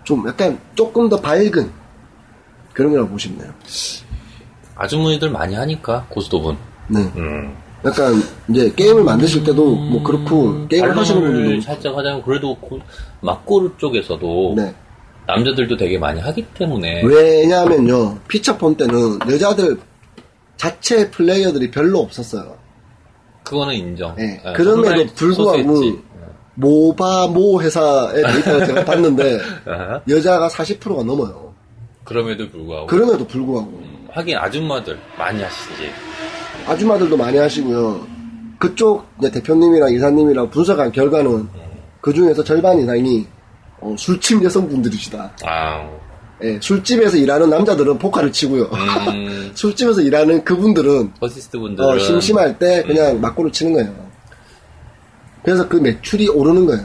Speaker 1: 좀 약간 조금 더 밝은 그런 거라고 보시면 돼요.
Speaker 2: 아주머니들 많이 하니까 고스톱은.
Speaker 1: 네.
Speaker 2: 음.
Speaker 1: 약간 이제 게임을 만드실 때도 뭐 그렇고 게임을 하시는
Speaker 2: 설명을
Speaker 1: 분들도
Speaker 2: 음, 살짝 하자면 그래도 고, 막고르 쪽에서도
Speaker 1: 네.
Speaker 2: 남자들도 되게 많이 하기 때문에
Speaker 1: 왜냐하면요 피처폰 때는 여자들 자체 플레이어들이 별로 없었어요.
Speaker 2: 그거는 인정.
Speaker 1: 네.
Speaker 2: 예, 상당히
Speaker 1: 그럼에도 불구하고
Speaker 2: 소소했지.
Speaker 1: 모바 모 회사의 데이터를 제가 봤는데
Speaker 2: 아,
Speaker 1: 여자가 40%가 넘어요.
Speaker 2: 그럼에도 불구하고
Speaker 1: 그럼에도 불구하고
Speaker 2: 하긴 아줌마들 많이 하시지.
Speaker 1: 아줌마들도 많이 하시고요. 그쪽 이제 대표님이랑 이사님이랑 분석한 결과는
Speaker 2: 네.
Speaker 1: 그 중에서 절반 이상이 어, 술집 여성분들이시다.
Speaker 2: 아,
Speaker 1: 예, 술집에서 일하는 남자들은 포카를 치고요.
Speaker 2: 음,
Speaker 1: 술집에서 일하는 그분들은
Speaker 2: 퍼시스트 분들은 음.
Speaker 1: 어, 심심할 때 그냥 막고를 치는 거예요. 그래서 그 매출이 오르는 거예요.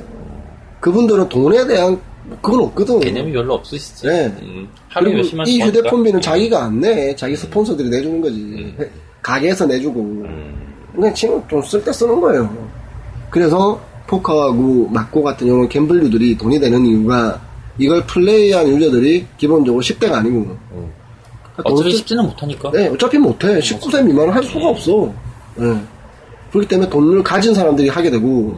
Speaker 1: 그분들은 돈에 대한 뭐 그건 없거든.
Speaker 2: 개념이 별로 없으시지.
Speaker 1: 네.
Speaker 2: 음, 하루에
Speaker 1: 그리고
Speaker 2: 몇십만
Speaker 1: 이
Speaker 2: 원
Speaker 1: 휴대폰비는
Speaker 2: 버니까.
Speaker 1: 자기가 안 내. 자기 스폰서들이 내주는 거지. 가게에서 내주고.
Speaker 2: 음,
Speaker 1: 그냥 지금 좀 쓸 때 쓰는 거예요. 그래서 포카하고 막고 같은 경우는 갬블류들이 돈이 되는 이유가 이걸 플레이한 유저들이 기본적으로 10대가 아니고
Speaker 2: 음.
Speaker 1: 그러니까
Speaker 2: 어차피
Speaker 1: 돈-
Speaker 2: 쉽지는 못하니까.
Speaker 1: 네, 어차피 못해. 19세 미만은 할 수가 없어. 네. 그렇기 때문에 돈을 가진 사람들이 하게 되고,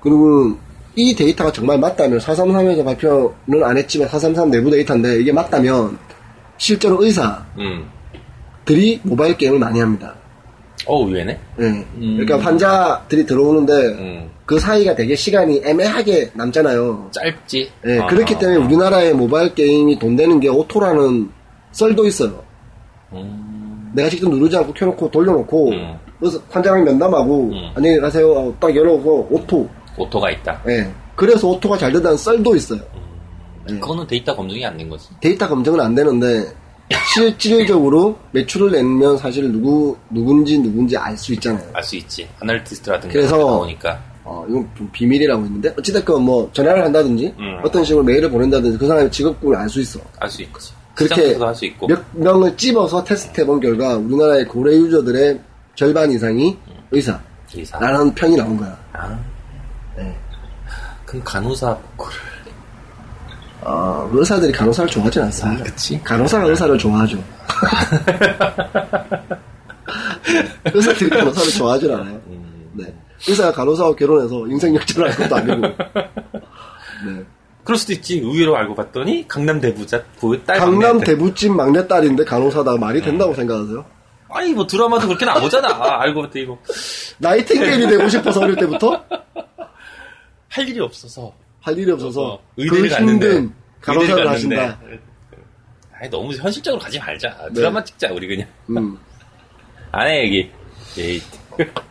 Speaker 1: 그리고 이 데이터가 정말 맞다면, 433에서 발표는 안 했지만 433 내부 데이터인데, 이게 맞다면, 실제로
Speaker 2: 음.
Speaker 1: 의사들이 모바일 게임을 많이 합니다.
Speaker 2: 어우, 얘네?
Speaker 1: 네.
Speaker 2: 음.
Speaker 1: 그러니까 환자들이 들어오는데,
Speaker 2: 음.
Speaker 1: 그 사이가 되게 시간이 애매하게 남잖아요.
Speaker 2: 짧지.
Speaker 1: 네,
Speaker 2: 아,
Speaker 1: 그렇기
Speaker 2: 아,
Speaker 1: 때문에
Speaker 2: 아.
Speaker 1: 우리나라의 모바일 게임이 돈 되는 게 오토라는 썰도 있어요.
Speaker 2: 음,
Speaker 1: 내가 직접 누르지 않고 켜놓고 돌려놓고
Speaker 2: 음.
Speaker 1: 그래서 환자랑 면담하고
Speaker 2: 음.
Speaker 1: 안녕히 가세요 하고 딱 열어서 오토
Speaker 2: 오토가 있다.
Speaker 1: 예 그래서 오토가 잘 된다는 썰도 있어요 음.
Speaker 2: 그거는 데이터 검증이 안 된 거지.
Speaker 1: 데이터 검증은 안 되는데 실질적으로 매출을 내면 사실 누구 누군지 누군지 알 수 있잖아요
Speaker 2: 알 수 있지. 아날리스트라든가.
Speaker 1: 그래서-
Speaker 2: 나오니까.
Speaker 1: 어 이건 좀 비밀이라고 했는데 어찌됐건 뭐 전화를 한다든지
Speaker 2: 음.
Speaker 1: 어떤 식으로 메일을 보낸다든지 그 사람의 직업군을 알 수 있어
Speaker 2: 알 수 있지.
Speaker 1: 그렇게
Speaker 2: 시장에서도 할 수 있고.
Speaker 1: 몇 명을 찝어서 테스트해본 결과 우리나라의 고래 유저들의 절반 이상이 의사라는
Speaker 2: 의사.
Speaker 1: 편이 나온 거야
Speaker 2: 아,
Speaker 1: 예.
Speaker 2: 그럼 간호사 그걸.
Speaker 1: 어, 의사들이 간호사를 좋아하진 않습니다.
Speaker 2: 그치.
Speaker 1: 간호사가 의사를 좋아하죠. 의사들이 간호사를 좋아하진 않아요.
Speaker 2: 음.
Speaker 1: 네. 의사가 간호사와 결혼해서 인생 역전을 할 것도 아니고. 네.
Speaker 2: 그럴 수도 있지. 의외로 알고 봤더니 강남 대부자 그딸
Speaker 1: 강남
Speaker 2: 막내한테.
Speaker 1: 대부집 막내딸인데 간호사다 말이
Speaker 2: 네.
Speaker 1: 된다고 생각하세요?
Speaker 2: 아니 뭐 드라마도 그렇게 나오잖아. 아, 알고 봤더니 뭐할
Speaker 1: 나이팅게일이 되고 싶어서 어릴 때부터
Speaker 2: 일이 없어서
Speaker 1: 할 일이 없어서
Speaker 2: 어,
Speaker 1: 그
Speaker 2: 의대를 갔는데
Speaker 1: 힘든 간호사를 하신다.
Speaker 2: 아니 너무 현실적으로 가지 말자. 드라마 찍자 우리 그냥.
Speaker 1: 음,
Speaker 2: 안해 얘기. 에이.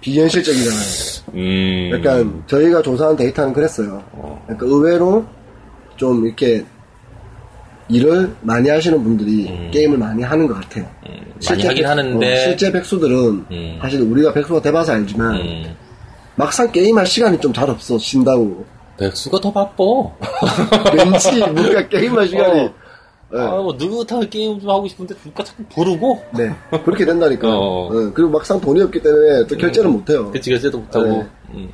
Speaker 1: 비현실적이잖아요.
Speaker 2: 음.
Speaker 1: 약간 그러니까 저희가 조사한 데이터는 그랬어요.
Speaker 2: 어.
Speaker 1: 그러니까 의외로 좀 이렇게 일을 많이 하시는 분들이
Speaker 2: 음.
Speaker 1: 게임을 많이 하는 것 같아요.
Speaker 2: 많이 하긴
Speaker 1: 백-
Speaker 2: 하는데.
Speaker 1: 어, 실제 백수들은
Speaker 2: 음.
Speaker 1: 사실 우리가 백수가 돼봐서 알지만
Speaker 2: 음.
Speaker 1: 막상 게임할 시간이 좀 잘 없어 쉰다고
Speaker 2: 백수가 더 바빠.
Speaker 1: 왠지 뭔가 게임할 시간이
Speaker 2: 어. 아뭐 느긋하게 게임 좀 하고 싶은데 누가 자꾸 부르고.
Speaker 1: 네. 그렇게 된다니까.
Speaker 2: 어. 음.
Speaker 1: 그리고 막상 돈이 없기 때문에 또 결제를 못해요.
Speaker 2: 그치 그치도 못하고.
Speaker 1: 네.
Speaker 2: 음.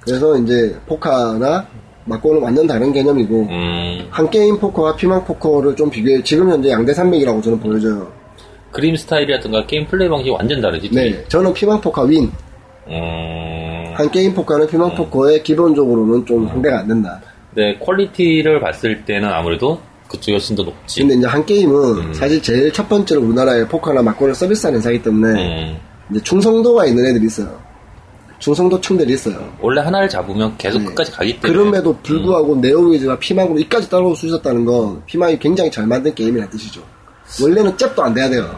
Speaker 1: 그래서 이제 포카나 막고는 완전 다른 개념이고
Speaker 2: 음.
Speaker 1: 한 게임 포커와 피망 포커를 좀 비교해 지금 현재 양대 산맥이라고 저는 보여져요.
Speaker 2: 그림 스타일이라든가 게임 플레이 방식이 완전 다르지.
Speaker 1: 네, 저는 피망 포커 윈.
Speaker 2: 음.
Speaker 1: 한 게임 포커는 피망 포커의 기본적으로는 좀 상대가 안 된다.
Speaker 2: 네, 퀄리티를 봤을 때는 아무래도 그쪽이 훨씬 더 높지.
Speaker 1: 근데 이제 한 게임은
Speaker 2: 음.
Speaker 1: 사실 제일 첫 번째로 우리나라에 포커나 막고를 서비스하는 사기 때문에
Speaker 2: 음,
Speaker 1: 이제 충성도가 있는 애들이 있어요. 충성도 층들이 있어요.
Speaker 2: 원래 하나를 잡으면 계속 끝까지 가기 때문에.
Speaker 1: 네. 그럼에도 불구하고 네오위즈가 피망으로 이까지 따라올 수 있었다는 건 피망이 굉장히 잘 만든 게임이라는 뜻이죠. 원래는 잽도 안 돼야 돼요.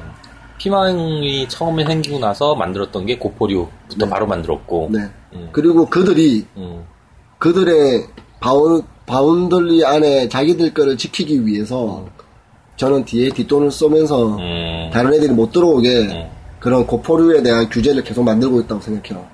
Speaker 2: 피망이 처음에 생기고 나서 만들었던 게 고포류부터 바로 만들었고.
Speaker 1: 네.
Speaker 2: 음.
Speaker 1: 그리고 그들이
Speaker 2: 음,
Speaker 1: 그들의 바운, 바운더리 안에 자기들 거를 지키기 위해서 저는 뒤에 뒷돈을 쏘면서
Speaker 2: 음,
Speaker 1: 네. 다른 애들이 못 들어오게
Speaker 2: 음.
Speaker 1: 그런 고포류에 대한 규제를 계속 만들고 있다고 생각해요.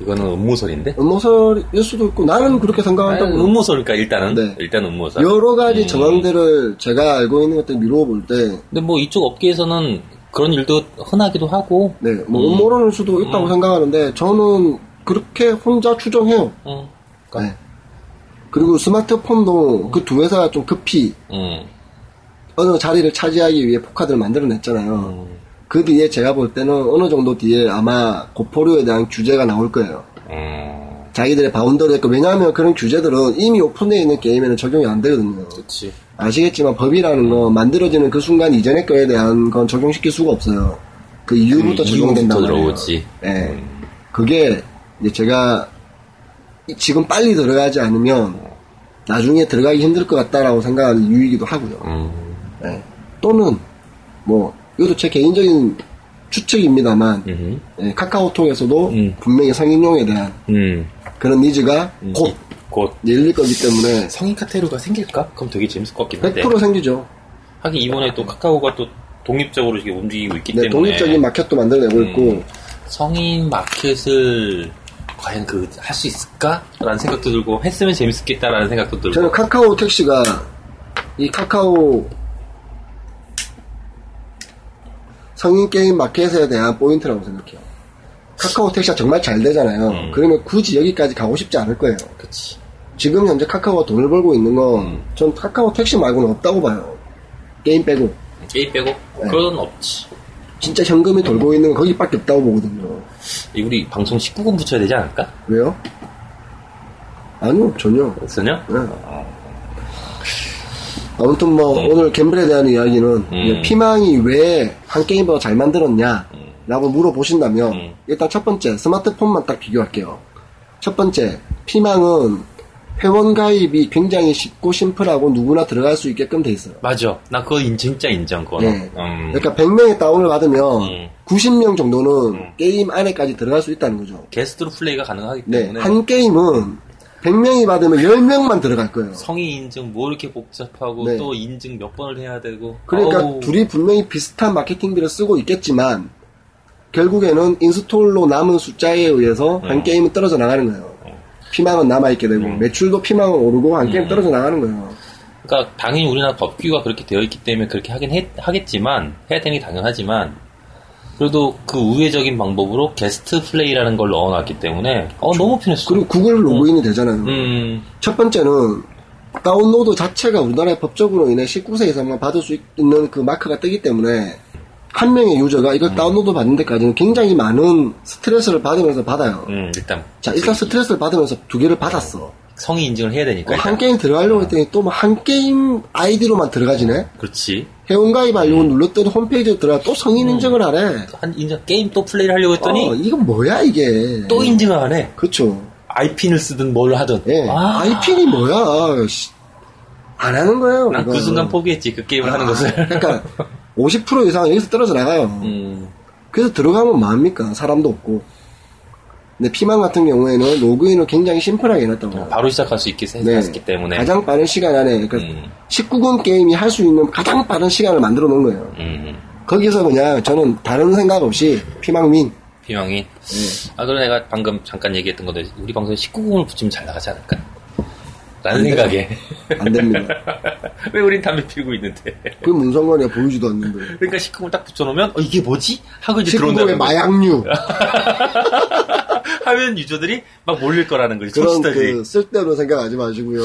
Speaker 2: 이거는 음모설인데?
Speaker 1: 음모설일 수도 있고 나는 그렇게
Speaker 2: 아니,
Speaker 1: 생각한다고
Speaker 2: 음모설일까, 일단은?
Speaker 1: 네.
Speaker 2: 일단 음모설.
Speaker 1: 여러 가지 정황들을 제가 알고 있는 것들 미뤄볼 때,
Speaker 2: 근데 뭐 이쪽 업계에서는 그런 일도 흔하기도 하고,
Speaker 1: 네, 뭐 음모론일 수도 있다고 생각하는데 저는 그렇게 혼자 추정해요.
Speaker 2: 어,
Speaker 1: 네. 그리고 스마트폰도 그 두 회사가 좀 급히
Speaker 2: 음,
Speaker 1: 어느 자리를 차지하기 위해 포카드를 만들어냈잖아요.
Speaker 2: 음,
Speaker 1: 그 뒤에 제가 볼 때는 어느 정도 뒤에 아마 고포류에 대한 규제가 나올 거예요.
Speaker 2: 음,
Speaker 1: 자기들의 바운더를 했고 왜냐하면 그런 규제들은 이미 오픈되어 있는 게임에는 적용이 안 되거든요.
Speaker 2: 그치.
Speaker 1: 아시겠지만 법이라는 건 만들어지는 그 순간 이전의 거에 대한 건 적용시킬 수가 없어요. 그 이후부터 적용된다
Speaker 2: 음, 이후부터
Speaker 1: 말이에요.
Speaker 2: 들어오지.
Speaker 1: 예. 그게 이제 제가 이- 지금 빨리 들어가지 않으면 나중에 들어가기 힘들 것 같다라고 생각하는 이유이기도 하고요.
Speaker 2: 음,
Speaker 1: 예. 또는 뭐 이것도 제 개인적인 추측입니다만
Speaker 2: 음,
Speaker 1: 예, 카카오톡에서도
Speaker 2: 음.
Speaker 1: 분명히 성인용에 대한
Speaker 2: 음.
Speaker 1: 그런 니즈가 곧
Speaker 2: 이- 곧.
Speaker 1: 열릴 거기 때문에
Speaker 2: 성인 카테고리가 생길까? 그럼 되게 재밌을 것 같긴 한데.
Speaker 1: 100% 생기죠.
Speaker 2: 하긴 이번에 또 카카오가 또 독립적으로 이렇게 움직이고 있기
Speaker 1: 네,
Speaker 2: 때문에. 예.
Speaker 1: 독립적인 마켓도 만들어내고 있고
Speaker 2: 성인 마켓을 과연 그 할 수 있을까? 라는 생각도 들고 했으면 재밌겠다라는 생각도 들고
Speaker 1: 저는 카카오 택시가 이 카카오 성인 게임 마켓에 대한 포인트라고 생각해요. 카카오 택시가 정말 잘 되잖아요.
Speaker 2: 음.
Speaker 1: 그러면 굳이 여기까지 가고 싶지 않을 거예요.
Speaker 2: 그치
Speaker 1: 지금 현재 카카오가 돈을 벌고 있는 건
Speaker 2: 음.
Speaker 1: 전 카카오 택시 말고는 없다고 봐요. 게임 빼고
Speaker 2: 게임 빼고 그건 없지
Speaker 1: 진짜 현금이 돌고 있는 건 거기밖에 없다고 보거든요.
Speaker 2: 이 우리 방송 19금 붙여야 되지 않을까?
Speaker 1: 왜요? 아니요 전혀.
Speaker 2: 그랬었냐?
Speaker 1: 네. 아무튼 뭐 오늘 갬블에 대한 이야기는 이제 피망이 왜 한 게임보다 잘 만들었냐라고 물어보신다면
Speaker 2: 음.
Speaker 1: 일단 첫 번째 스마트폰만 딱 비교할게요. 첫 번째 피망은 회원 가입이 굉장히 쉽고 심플하고 누구나 들어갈 수 있게끔 돼 있어요.
Speaker 2: 맞아 나 그거 인, 진짜 인정 그거
Speaker 1: 네.
Speaker 2: 음,
Speaker 1: 그러니까 100명의 다운을 받으면
Speaker 2: 음.
Speaker 1: 90명 정도는 게임 안에까지 들어갈 수 있다는 거죠.
Speaker 2: 게스트로 플레이가 가능하기
Speaker 1: 네,
Speaker 2: 때문에
Speaker 1: 한 게임은 100명이 받으면 10명만 들어갈 거예요.
Speaker 2: 성인 인증 뭐 이렇게 복잡하고
Speaker 1: 네.
Speaker 2: 또 인증 몇 번을 해야 되고
Speaker 1: 그러니까
Speaker 2: 어우,
Speaker 1: 둘이 분명히 비슷한 마케팅비를 쓰고 있겠지만 결국에는 인스톨로 남은 숫자에 의해서
Speaker 2: 음.
Speaker 1: 한 게임은 떨어져 나가는 거예요. 피망은 남아있게 되고 매출도 피망은 오르고 한
Speaker 2: 음.
Speaker 1: 게임 떨어져 나가는 거예요.
Speaker 2: 그러니까 당연히 우리나라 법규가 그렇게 되어 있기 때문에 그렇게 하긴 해- 하겠지만 해야 되는 게 당연하지만 그래도 그 우회적인 방법으로 게스트 플레이라는 걸 넣어놨기 때문에 어 너무 편했어.
Speaker 1: 그렇죠. 그리고 구글 로그인이 되잖아요.
Speaker 2: 음
Speaker 1: 첫 번째는 다운로드 자체가 우리나라의 법적으로 인해 19세 이상만 받을 수 있는 그 마크가 뜨기 때문에 한 명의 유저가
Speaker 2: 음.
Speaker 1: 이걸 다운로드 받는 데까지는 굉장히 많은 스트레스를 받으면서 받아요.
Speaker 2: 음, 일단
Speaker 1: 자, 일단 스트레스를 받으면서 두 개를 받았어.
Speaker 2: 성의 인증을 해야 되니까.
Speaker 1: 어, 한
Speaker 2: 일단.
Speaker 1: 게임 들어가려고 했더니 또 뭐 한 게임 아이디로만 들어가지네?
Speaker 2: 그렇지.
Speaker 1: 회원가입하려고
Speaker 2: 음.
Speaker 1: 눌렀더니 홈페이지에 들어가 또 성인 인증을 하래.
Speaker 2: 한 인증 게임 또 플레이를 하려고 음. 했더니
Speaker 1: 어, 이건 뭐야, 이게.
Speaker 2: 또 인증을 안 해.
Speaker 1: 그쵸.
Speaker 2: 아이핀을 쓰든 뭘 하든.
Speaker 1: 예.
Speaker 2: 아,
Speaker 1: 아이핀이 뭐야. 씨. 안 하는 거예요.
Speaker 2: 난 그
Speaker 1: 이거는.
Speaker 2: 순간 포기했지 그 게임을 하는 것을.
Speaker 1: 그러니까, 50% 이상 여기서 떨어져 나가요.
Speaker 2: 음
Speaker 1: 그래서 들어가면 뭐합니까? 사람도 없고. 근데 피망 같은 경우에는 로그인을 굉장히 심플하게 해놨다고. 봐요.
Speaker 2: 바로 시작할 수 있게 했기 아,
Speaker 1: 네.
Speaker 2: 때문에.
Speaker 1: 가장 빠른 시간 안에, 그러니까
Speaker 2: 음.
Speaker 1: 19금 게임이 할 수 있는 가장 빠른 시간을 만들어 놓은 거예요.
Speaker 2: 음
Speaker 1: 거기서 그냥 저는 다른 생각 없이 피망민
Speaker 2: 비명이. 아, 그럼 내가 방금 잠깐 얘기했던 건데, 우리 방송에 19금을 붙이면 잘 나가지 않을까? 라는 생각에.
Speaker 1: 안 됩니다.
Speaker 2: 왜 우린 담배 피우고 있는데.
Speaker 1: 그 문성관이가 보이지도 않는데.
Speaker 2: 그러니까 19금을 딱 붙여놓으면, 어, 이게 뭐지? 하고 이제
Speaker 1: 19금의
Speaker 2: 들어온다는 아, 거지.
Speaker 1: 마약류
Speaker 2: 하면 유저들이 막 몰릴 거라는 거지.
Speaker 1: 그런
Speaker 2: 청취자들이.
Speaker 1: 그 쓸데없는 생각하지 마시고요.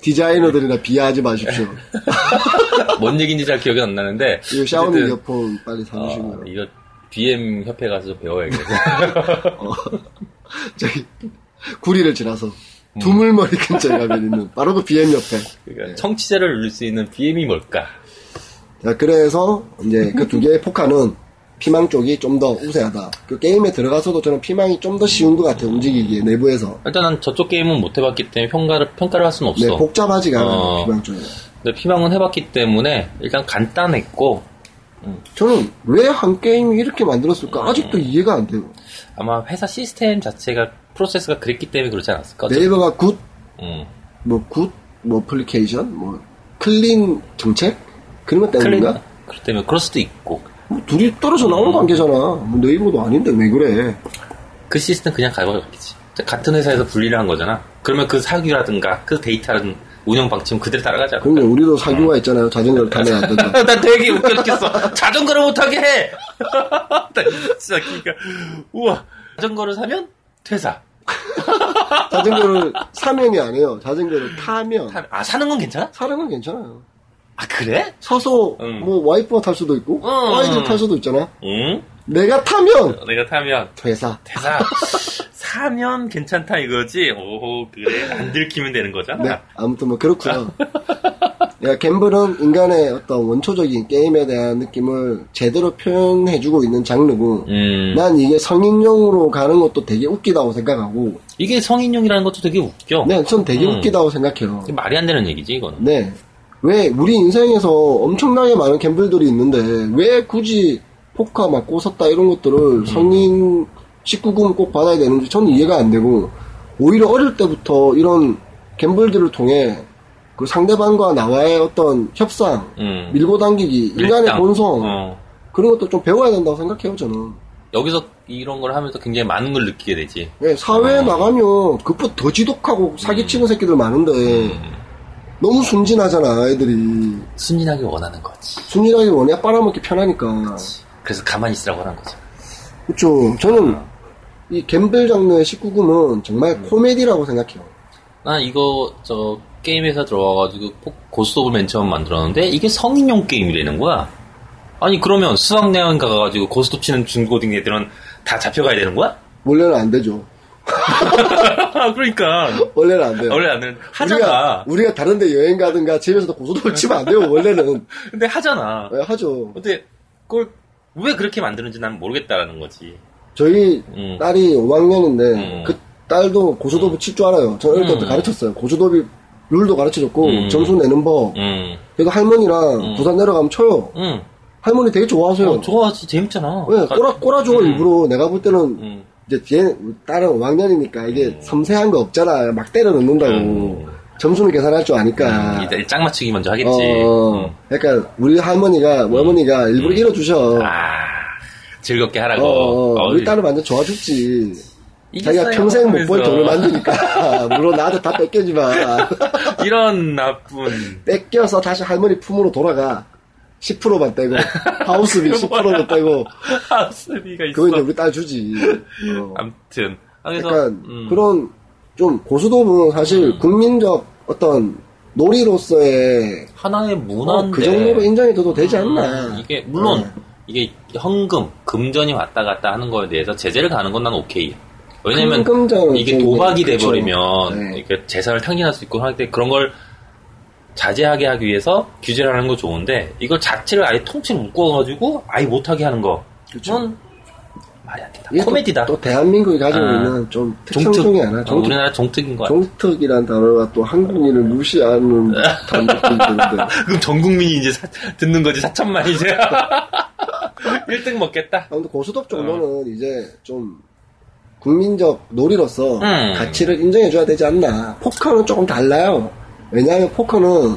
Speaker 1: 디자이너들이나 비하하지 마십시오.
Speaker 2: 뭔 얘기인지 잘 기억이 안 나는데.
Speaker 1: 이 샤오미
Speaker 2: 어쨌든,
Speaker 1: 이어폰 빨리
Speaker 2: 어,
Speaker 1: 사주시고요.
Speaker 2: 이거 BM 협회 가서 배워야겠어.
Speaker 1: 저기 구리를 지나서 두물머리
Speaker 2: 음.
Speaker 1: 근처에 가면 있는 바로 그 BM 옆에.
Speaker 2: 그러니까 청취자를 울릴 수 있는 BM이 뭘까?
Speaker 1: 자, 그래서 이제 그 두 개의 포카는 피망 쪽이 좀 더 우세하다. 그 게임에 들어가서도 저는 피망이 좀 더 쉬운 것 같아요. 움직이기에 내부에서.
Speaker 2: 일단은 저쪽 게임은 못 해봤기 때문에 평가를, 평가를 할 수는 없어.
Speaker 1: 네, 복잡하지가 않아요.
Speaker 2: 어.
Speaker 1: 피망 쪽이.
Speaker 2: 근데 피망은 해봤기 때문에 일단 간단했고
Speaker 1: 저는 왜 한 게임이 이렇게 만들었을까 아직도 이해가 안 돼요.
Speaker 2: 아마 회사 시스템 자체가 프로세스가 그랬기 때문에 그렇지 않았을까?
Speaker 1: 네이버가 굿,
Speaker 2: 음.
Speaker 1: 뭐 굿, 뭐 어플리케이션, 뭐 클린 정책 네, 그런 것
Speaker 2: 클린
Speaker 1: 때문인가?
Speaker 2: 그렇기 때문에 그럴 수도 있고
Speaker 1: 뭐 둘이 떨어져 나오는 관계잖아. 뭐 네이버도 아닌데 왜 그래?
Speaker 2: 그 시스템 그냥 가져갔겠지. 같은 회사에서 분리를 한 거잖아. 그러면 그 사규라든가 그 데이터라든 운영 방침은 그대로 따라가지 않을까?
Speaker 1: 그럼요, 그러니까 우리도
Speaker 2: 네.
Speaker 1: 사규가 있잖아요. 자전거를 타면 안 되죠.
Speaker 2: 나 되게 웃겨 죽겠어. 자전거를 못하게 해! 나 진짜 그니까, 우와. 자전거를 사면 퇴사.
Speaker 1: 자전거를 사면이 아니에요. 자전거를 타면.
Speaker 2: 타- 아, 사는 건 괜찮아?
Speaker 1: 사는 건 괜찮아요.
Speaker 2: 아, 그래?
Speaker 1: 서서,
Speaker 2: 응.
Speaker 1: 뭐, 와이프가 탈 수도 있고,
Speaker 2: 응.
Speaker 1: 와이드 탈 수도 있잖아.
Speaker 2: 응?
Speaker 1: 내가 타면,
Speaker 2: 내가 타면
Speaker 1: 회사.
Speaker 2: 퇴사. 사면 괜찮다 이거지? 오호, 그래. 안 들키면 되는 거잖아.
Speaker 1: 네, 아무튼 뭐 그렇고요. 야, 갬블은 인간의 어떤 원초적인 게임에 대한 느낌을 제대로 표현해주고 있는 장르고,
Speaker 2: 음.
Speaker 1: 난 이게 성인용으로 가는 것도 되게 웃기다고 생각하고,
Speaker 2: 이게 성인용이라는 것도 되게 웃겨.
Speaker 1: 네, 전 되게
Speaker 2: 음.
Speaker 1: 웃기다고 생각해요.
Speaker 2: 이게 말이 안 되는 얘기지, 이거는.
Speaker 1: 네. 왜 우리 인생에서 엄청나게 많은 갬블들이 있는데 왜 굳이 포카 막 꼬섰다 이런
Speaker 2: 음.
Speaker 1: 것들을 성인 19금 꼭 받아야 되는지 저는 이해가 안 되고 오히려 어릴 때부터 이런 갬블들을 통해 그 상대방과 나와의 어떤 협상,
Speaker 2: 음.
Speaker 1: 밀고 당기기, 인간의
Speaker 2: 밀당.
Speaker 1: 본성
Speaker 2: 어.
Speaker 1: 그런 것도 좀 배워야 된다고 생각해요 저는.
Speaker 2: 여기서 이런 걸 하면서 굉장히 많은 걸 느끼게 되지.
Speaker 1: 예, 사회에
Speaker 2: 어. 음.
Speaker 1: 나가면 그보다 더 지독하고 사기치는 새끼들 많은데 너무 순진하잖아 아이들이.
Speaker 2: 순진하게 원하는 거지.
Speaker 1: 순진하게 원해야 빨아먹기 편하니까.
Speaker 2: 그래서 가만히 있으라고 하는 거죠.
Speaker 1: 그쵸. 저는 이 갬블 장르의 19금은 정말
Speaker 2: 음.
Speaker 1: 코미디라고 생각해요.
Speaker 2: 난 이거 저 게임에서 들어와가지고 포- 고스트 오브 맨 처음 만들었는데 이게 성인용 게임이라는 거야. 아니 그러면 수학여행 가가지고 고스톱 치는 중고등 애들은 다 잡혀가야 되는 거야?
Speaker 1: 원래는 안 되죠.
Speaker 2: 그러니까
Speaker 1: 원래는 안 돼요.
Speaker 2: 원래 나는
Speaker 1: 네. 우리가,
Speaker 2: 하잖아. 음.
Speaker 1: 우리가 다른데 여행 가든가 집에서도 고소도를 치면 안 돼요, 원래는.
Speaker 2: 근데 하잖아.
Speaker 1: 예, 하죠.
Speaker 2: 근데 그걸 왜 그렇게 만드는지 난 모르겠다라는 거지.
Speaker 1: 저희
Speaker 2: 음.
Speaker 1: 딸이 5학년인데,
Speaker 2: 음.
Speaker 1: 그 딸도 고소도부 칠 줄 알아요. 저는 어릴 때부터
Speaker 2: 음.
Speaker 1: 가르쳤어요. 고소도비 룰도 가르쳐줬고,
Speaker 2: 음.
Speaker 1: 점수 내는 법.
Speaker 2: 응,
Speaker 1: 그래서 할머니랑
Speaker 2: 음.
Speaker 1: 부산 내려가면 쳐요.
Speaker 2: 응.
Speaker 1: 할머니 되게 좋아하세요.
Speaker 2: 어, 좋아하지 재밌잖아.
Speaker 1: 예, 꼬라, 꼬라줘,
Speaker 2: 음.
Speaker 1: 일부러. 내가 볼 때는
Speaker 2: 응.
Speaker 1: 이제 뒤에 딸은 5학년이니까 이게 섬세한 거 없잖아. 막 때려 넣는다고.
Speaker 2: 음.
Speaker 1: 점수는 계산할 줄 아니까.
Speaker 2: 이제 짝 맞추기 먼저 하겠지.
Speaker 1: 어,
Speaker 2: 음.
Speaker 1: 그러니까 우리 할머니가, 어머니가 일부러 잃어주셔.
Speaker 2: 아 즐겁게 하라고.
Speaker 1: 어, 어,
Speaker 2: 어,
Speaker 1: 우리 딸을 완전 좋아 죽지.
Speaker 2: 이게
Speaker 1: 자기가
Speaker 2: 싸요,
Speaker 1: 평생 못 벌
Speaker 2: 하면서.
Speaker 1: 돈을 만드니까. 물론 나한테 다 뺏겨지만.
Speaker 2: 이런 나쁜.
Speaker 1: 뺏겨서 다시 할머니 품으로 돌아가. 10%만 떼고. 하우스비 10%만 떼고.
Speaker 2: 하우스비가 있어.
Speaker 1: 그거 이제 우리 딸 주지. 어.
Speaker 2: 아무튼. 아, 그래서,
Speaker 1: 약간
Speaker 2: 음,
Speaker 1: 그런 좀 고수도는 사실 국민적 어떤 놀이로서의
Speaker 2: 하나의 문화인데.
Speaker 1: 어, 그 정도로 인정해줘도 되지 않나.
Speaker 2: 음, 이게, 물론,
Speaker 1: 네.
Speaker 2: 이게 현금, 금전이 왔다 갔다 하는 거에 대해서 제재를 가는 건 난 오케이. 왜냐면,
Speaker 1: 금전은
Speaker 2: 이게
Speaker 1: 좀
Speaker 2: 도박이
Speaker 1: 그렇죠.
Speaker 2: 돼버리면,
Speaker 1: 네.
Speaker 2: 이렇게 재산을 탕진할 수 있고 할때 그런 걸 자제하게 하기 위해서 규제를 하는 건 좋은데, 이걸 자체를 아예 통째로 묶어가지고 아예 못하게 하는 거.
Speaker 1: 그쵸.
Speaker 2: 그건 말이 안 된다.
Speaker 1: 이게 또-
Speaker 2: 코미디다.
Speaker 1: 또, 대한민국이 가지고
Speaker 2: 아,
Speaker 1: 있는 좀 특성 중에 하나.
Speaker 2: 어,
Speaker 1: 종특,
Speaker 2: 우리나라 종특인 것 같아.
Speaker 1: 종특이란 단어가 또 한국인을 무시하는 단어도 있는데.
Speaker 2: 그럼 전 국민이 이제 사- 듣는 거지, 4천만 이제. 1등 먹겠다.
Speaker 1: 아무튼 고수도
Speaker 2: 어.
Speaker 1: 정도는 이제 좀 국민적 놀이로서
Speaker 2: 음.
Speaker 1: 가치를 인정해줘야 되지 않나. 포커는 조금 달라요. 왜냐하면 포커는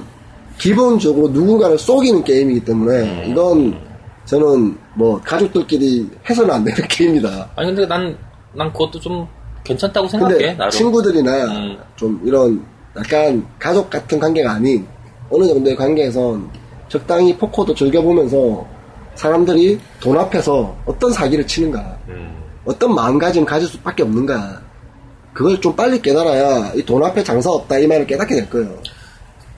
Speaker 1: 기본적으로 누군가를 속이는 게임이기
Speaker 2: 음.
Speaker 1: 때문에 이건 저는 뭐 가족들끼리 해서는 안 되는 게임이다.
Speaker 2: 아니, 근데 난, 난 그것도 좀 괜찮다고 생각해,
Speaker 1: 근데
Speaker 2: 나름.
Speaker 1: 친구들이나
Speaker 2: 음.
Speaker 1: 좀 이런 약간 가족 같은 관계가 아닌 어느 정도의 관계에선 적당히 포커도 즐겨보면서 사람들이 돈 앞에서 어떤 사기를 치는가
Speaker 2: 음,
Speaker 1: 어떤 마음가짐 가질 수밖에 없는가. 그걸 좀 빨리 깨달아야 이 돈 앞에 장사 없다 이 말을 깨닫게 될 거예요.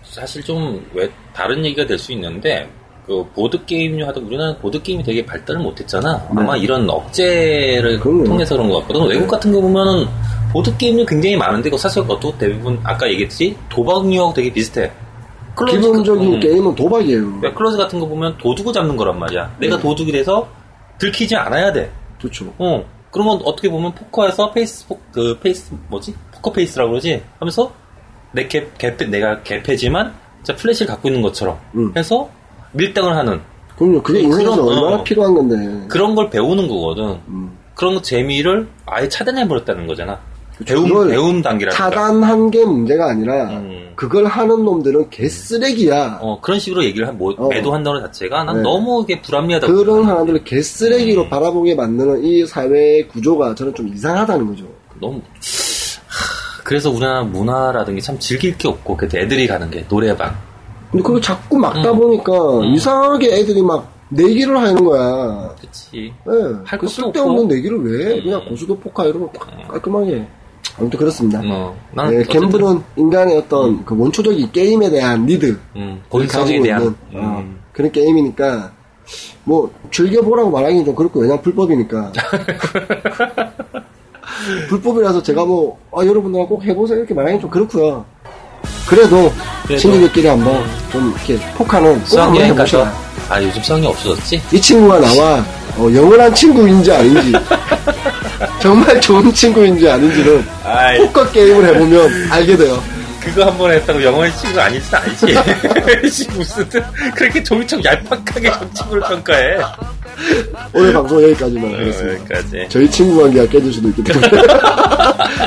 Speaker 2: 사실 좀, 왜, 다른 얘기가 될 수 있는데, 그, 보드게임류 하다, 우리나라는 보드게임이 되게 발달을 못했잖아. 아마 이런 억제를
Speaker 1: 네. 그럼요.
Speaker 2: 통해서 그런 것 같거든. 외국 같은 경우 보면은, 보드게임류 굉장히 많은데, 그 사실 그것도 대부분, 아까 얘기했듯이, 도박류하고 되게 비슷해. 클럽-
Speaker 1: 기본적인
Speaker 2: 음.
Speaker 1: 게임은 도박이에요.
Speaker 2: 왜 클로즈 같은 거 보면 도둑을 잡는 거란 말이야.
Speaker 1: 네.
Speaker 2: 내가 도둑이 돼서 들키지 않아야 돼.
Speaker 1: 좋죠.
Speaker 2: 어. 그러면 어떻게 보면 포커에서 페이스북 그 페이스 뭐지? 포커 페이스라고 그러지? 하면서 내개 개패 내가 개패지만 진짜 플래시를 갖고 있는 것처럼
Speaker 1: 음.
Speaker 2: 해서 밀당을 하는
Speaker 1: 그럼요. 그게
Speaker 2: 그럼,
Speaker 1: 인생에서
Speaker 2: 그럼,
Speaker 1: 얼마나
Speaker 2: 어.
Speaker 1: 필요한 건데.
Speaker 2: 그런 걸 배우는 거거든.
Speaker 1: 음.
Speaker 2: 그런 재미를 아예 차단해 버렸다는 거잖아. 배움,
Speaker 1: 그걸
Speaker 2: 배움 단계라니까.
Speaker 1: 차단한 게 문제가 아니라
Speaker 2: 음.
Speaker 1: 그걸 하는 놈들은 개쓰레기야.
Speaker 2: 어, 그런 식으로 얘기를 한, 뭐,
Speaker 1: 어.
Speaker 2: 매도한다는 자체가 난
Speaker 1: 네.
Speaker 2: 너무 이게 불합리하다고. 음.
Speaker 1: 그런
Speaker 2: 생각해요.
Speaker 1: 사람들을 개쓰레기로 바라보게 만드는 이 사회의 구조가 저는 좀 이상하다는 거죠.
Speaker 2: 너무. 하, 그래서 우리나라 문화라든게 참 즐길 게 없고, 그때 애들이 가는 게, 노래방.
Speaker 1: 근데 그걸 자꾸 막다
Speaker 2: 음.
Speaker 1: 보니까
Speaker 2: 음.
Speaker 1: 이상하게 애들이 막 내기를 하는 거야.
Speaker 2: 그치.
Speaker 1: 예.
Speaker 2: 할
Speaker 1: 그
Speaker 2: 것도
Speaker 1: 쓸데없는
Speaker 2: 없고.
Speaker 1: 내기를 왜? 해? 그냥
Speaker 2: 음.
Speaker 1: 고수도 포카 이런 거 딱 깔끔하게. 아무튼 그렇습니다.
Speaker 2: 어, 난.
Speaker 1: 네,
Speaker 2: 어쨌든,
Speaker 1: 갬블은 인간의 어떤 그 원초적인 게임에 대한 리드 를
Speaker 2: 음, 본성에 대한.
Speaker 1: 그 있는 어,
Speaker 2: 음.
Speaker 1: 그런 게임이니까 뭐 즐겨보라고 말하기는 좀 그렇고 왜냐면 불법이니까 불법이라서 제가 뭐 아, 여러분들하고 꼭 해보세요 이렇게 말하기는 좀 그렇고요 그래도
Speaker 2: 그래도.
Speaker 1: 친구들끼리 한번 좀 이렇게 포카는 꼭 한번
Speaker 2: 수학여행 가서.
Speaker 1: 해보셔야
Speaker 2: 아, 요즘 수학여행 없어졌지?
Speaker 1: 이 친구가 나와 어, 영원한 친구인지 아닌지 정말 좋은 친구인지 아닌지는
Speaker 2: 아이.
Speaker 1: 포커 게임을 해보면 알게 돼요
Speaker 2: 그거 한 번 했다고 영어의 친구 아니지 아니지 씨, 무슨 그렇게 조미청 얄팍하게 저 친구를 평가해 네.
Speaker 1: 오늘 방송 여기까지만
Speaker 2: 어,
Speaker 1: 하겠습니다
Speaker 2: 여기까지
Speaker 1: 저희 친구 관계가 깨질 수도 있기 때문에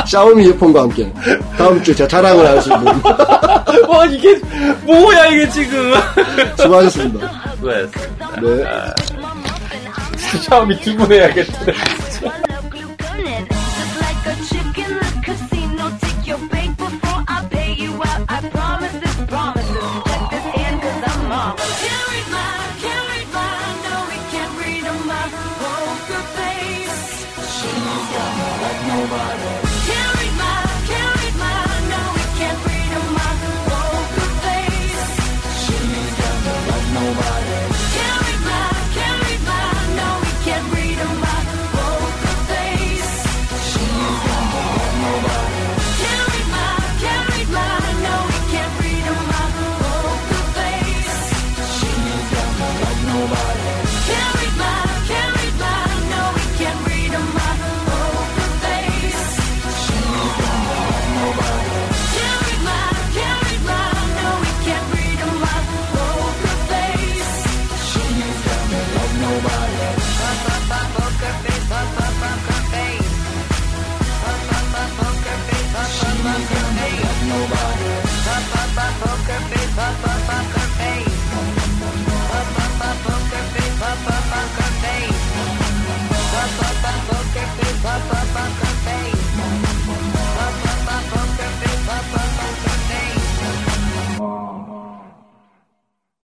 Speaker 1: 샤오미 이어폰과 함께 다음 주에 제가 자랑을 할 수 있는
Speaker 2: 와 아, 이게 뭐야 이게 지금
Speaker 1: 수고하셨습니다.
Speaker 2: 왜그
Speaker 1: 네.
Speaker 2: 샤오미 주문해야겠다
Speaker 3: She's got me like nobody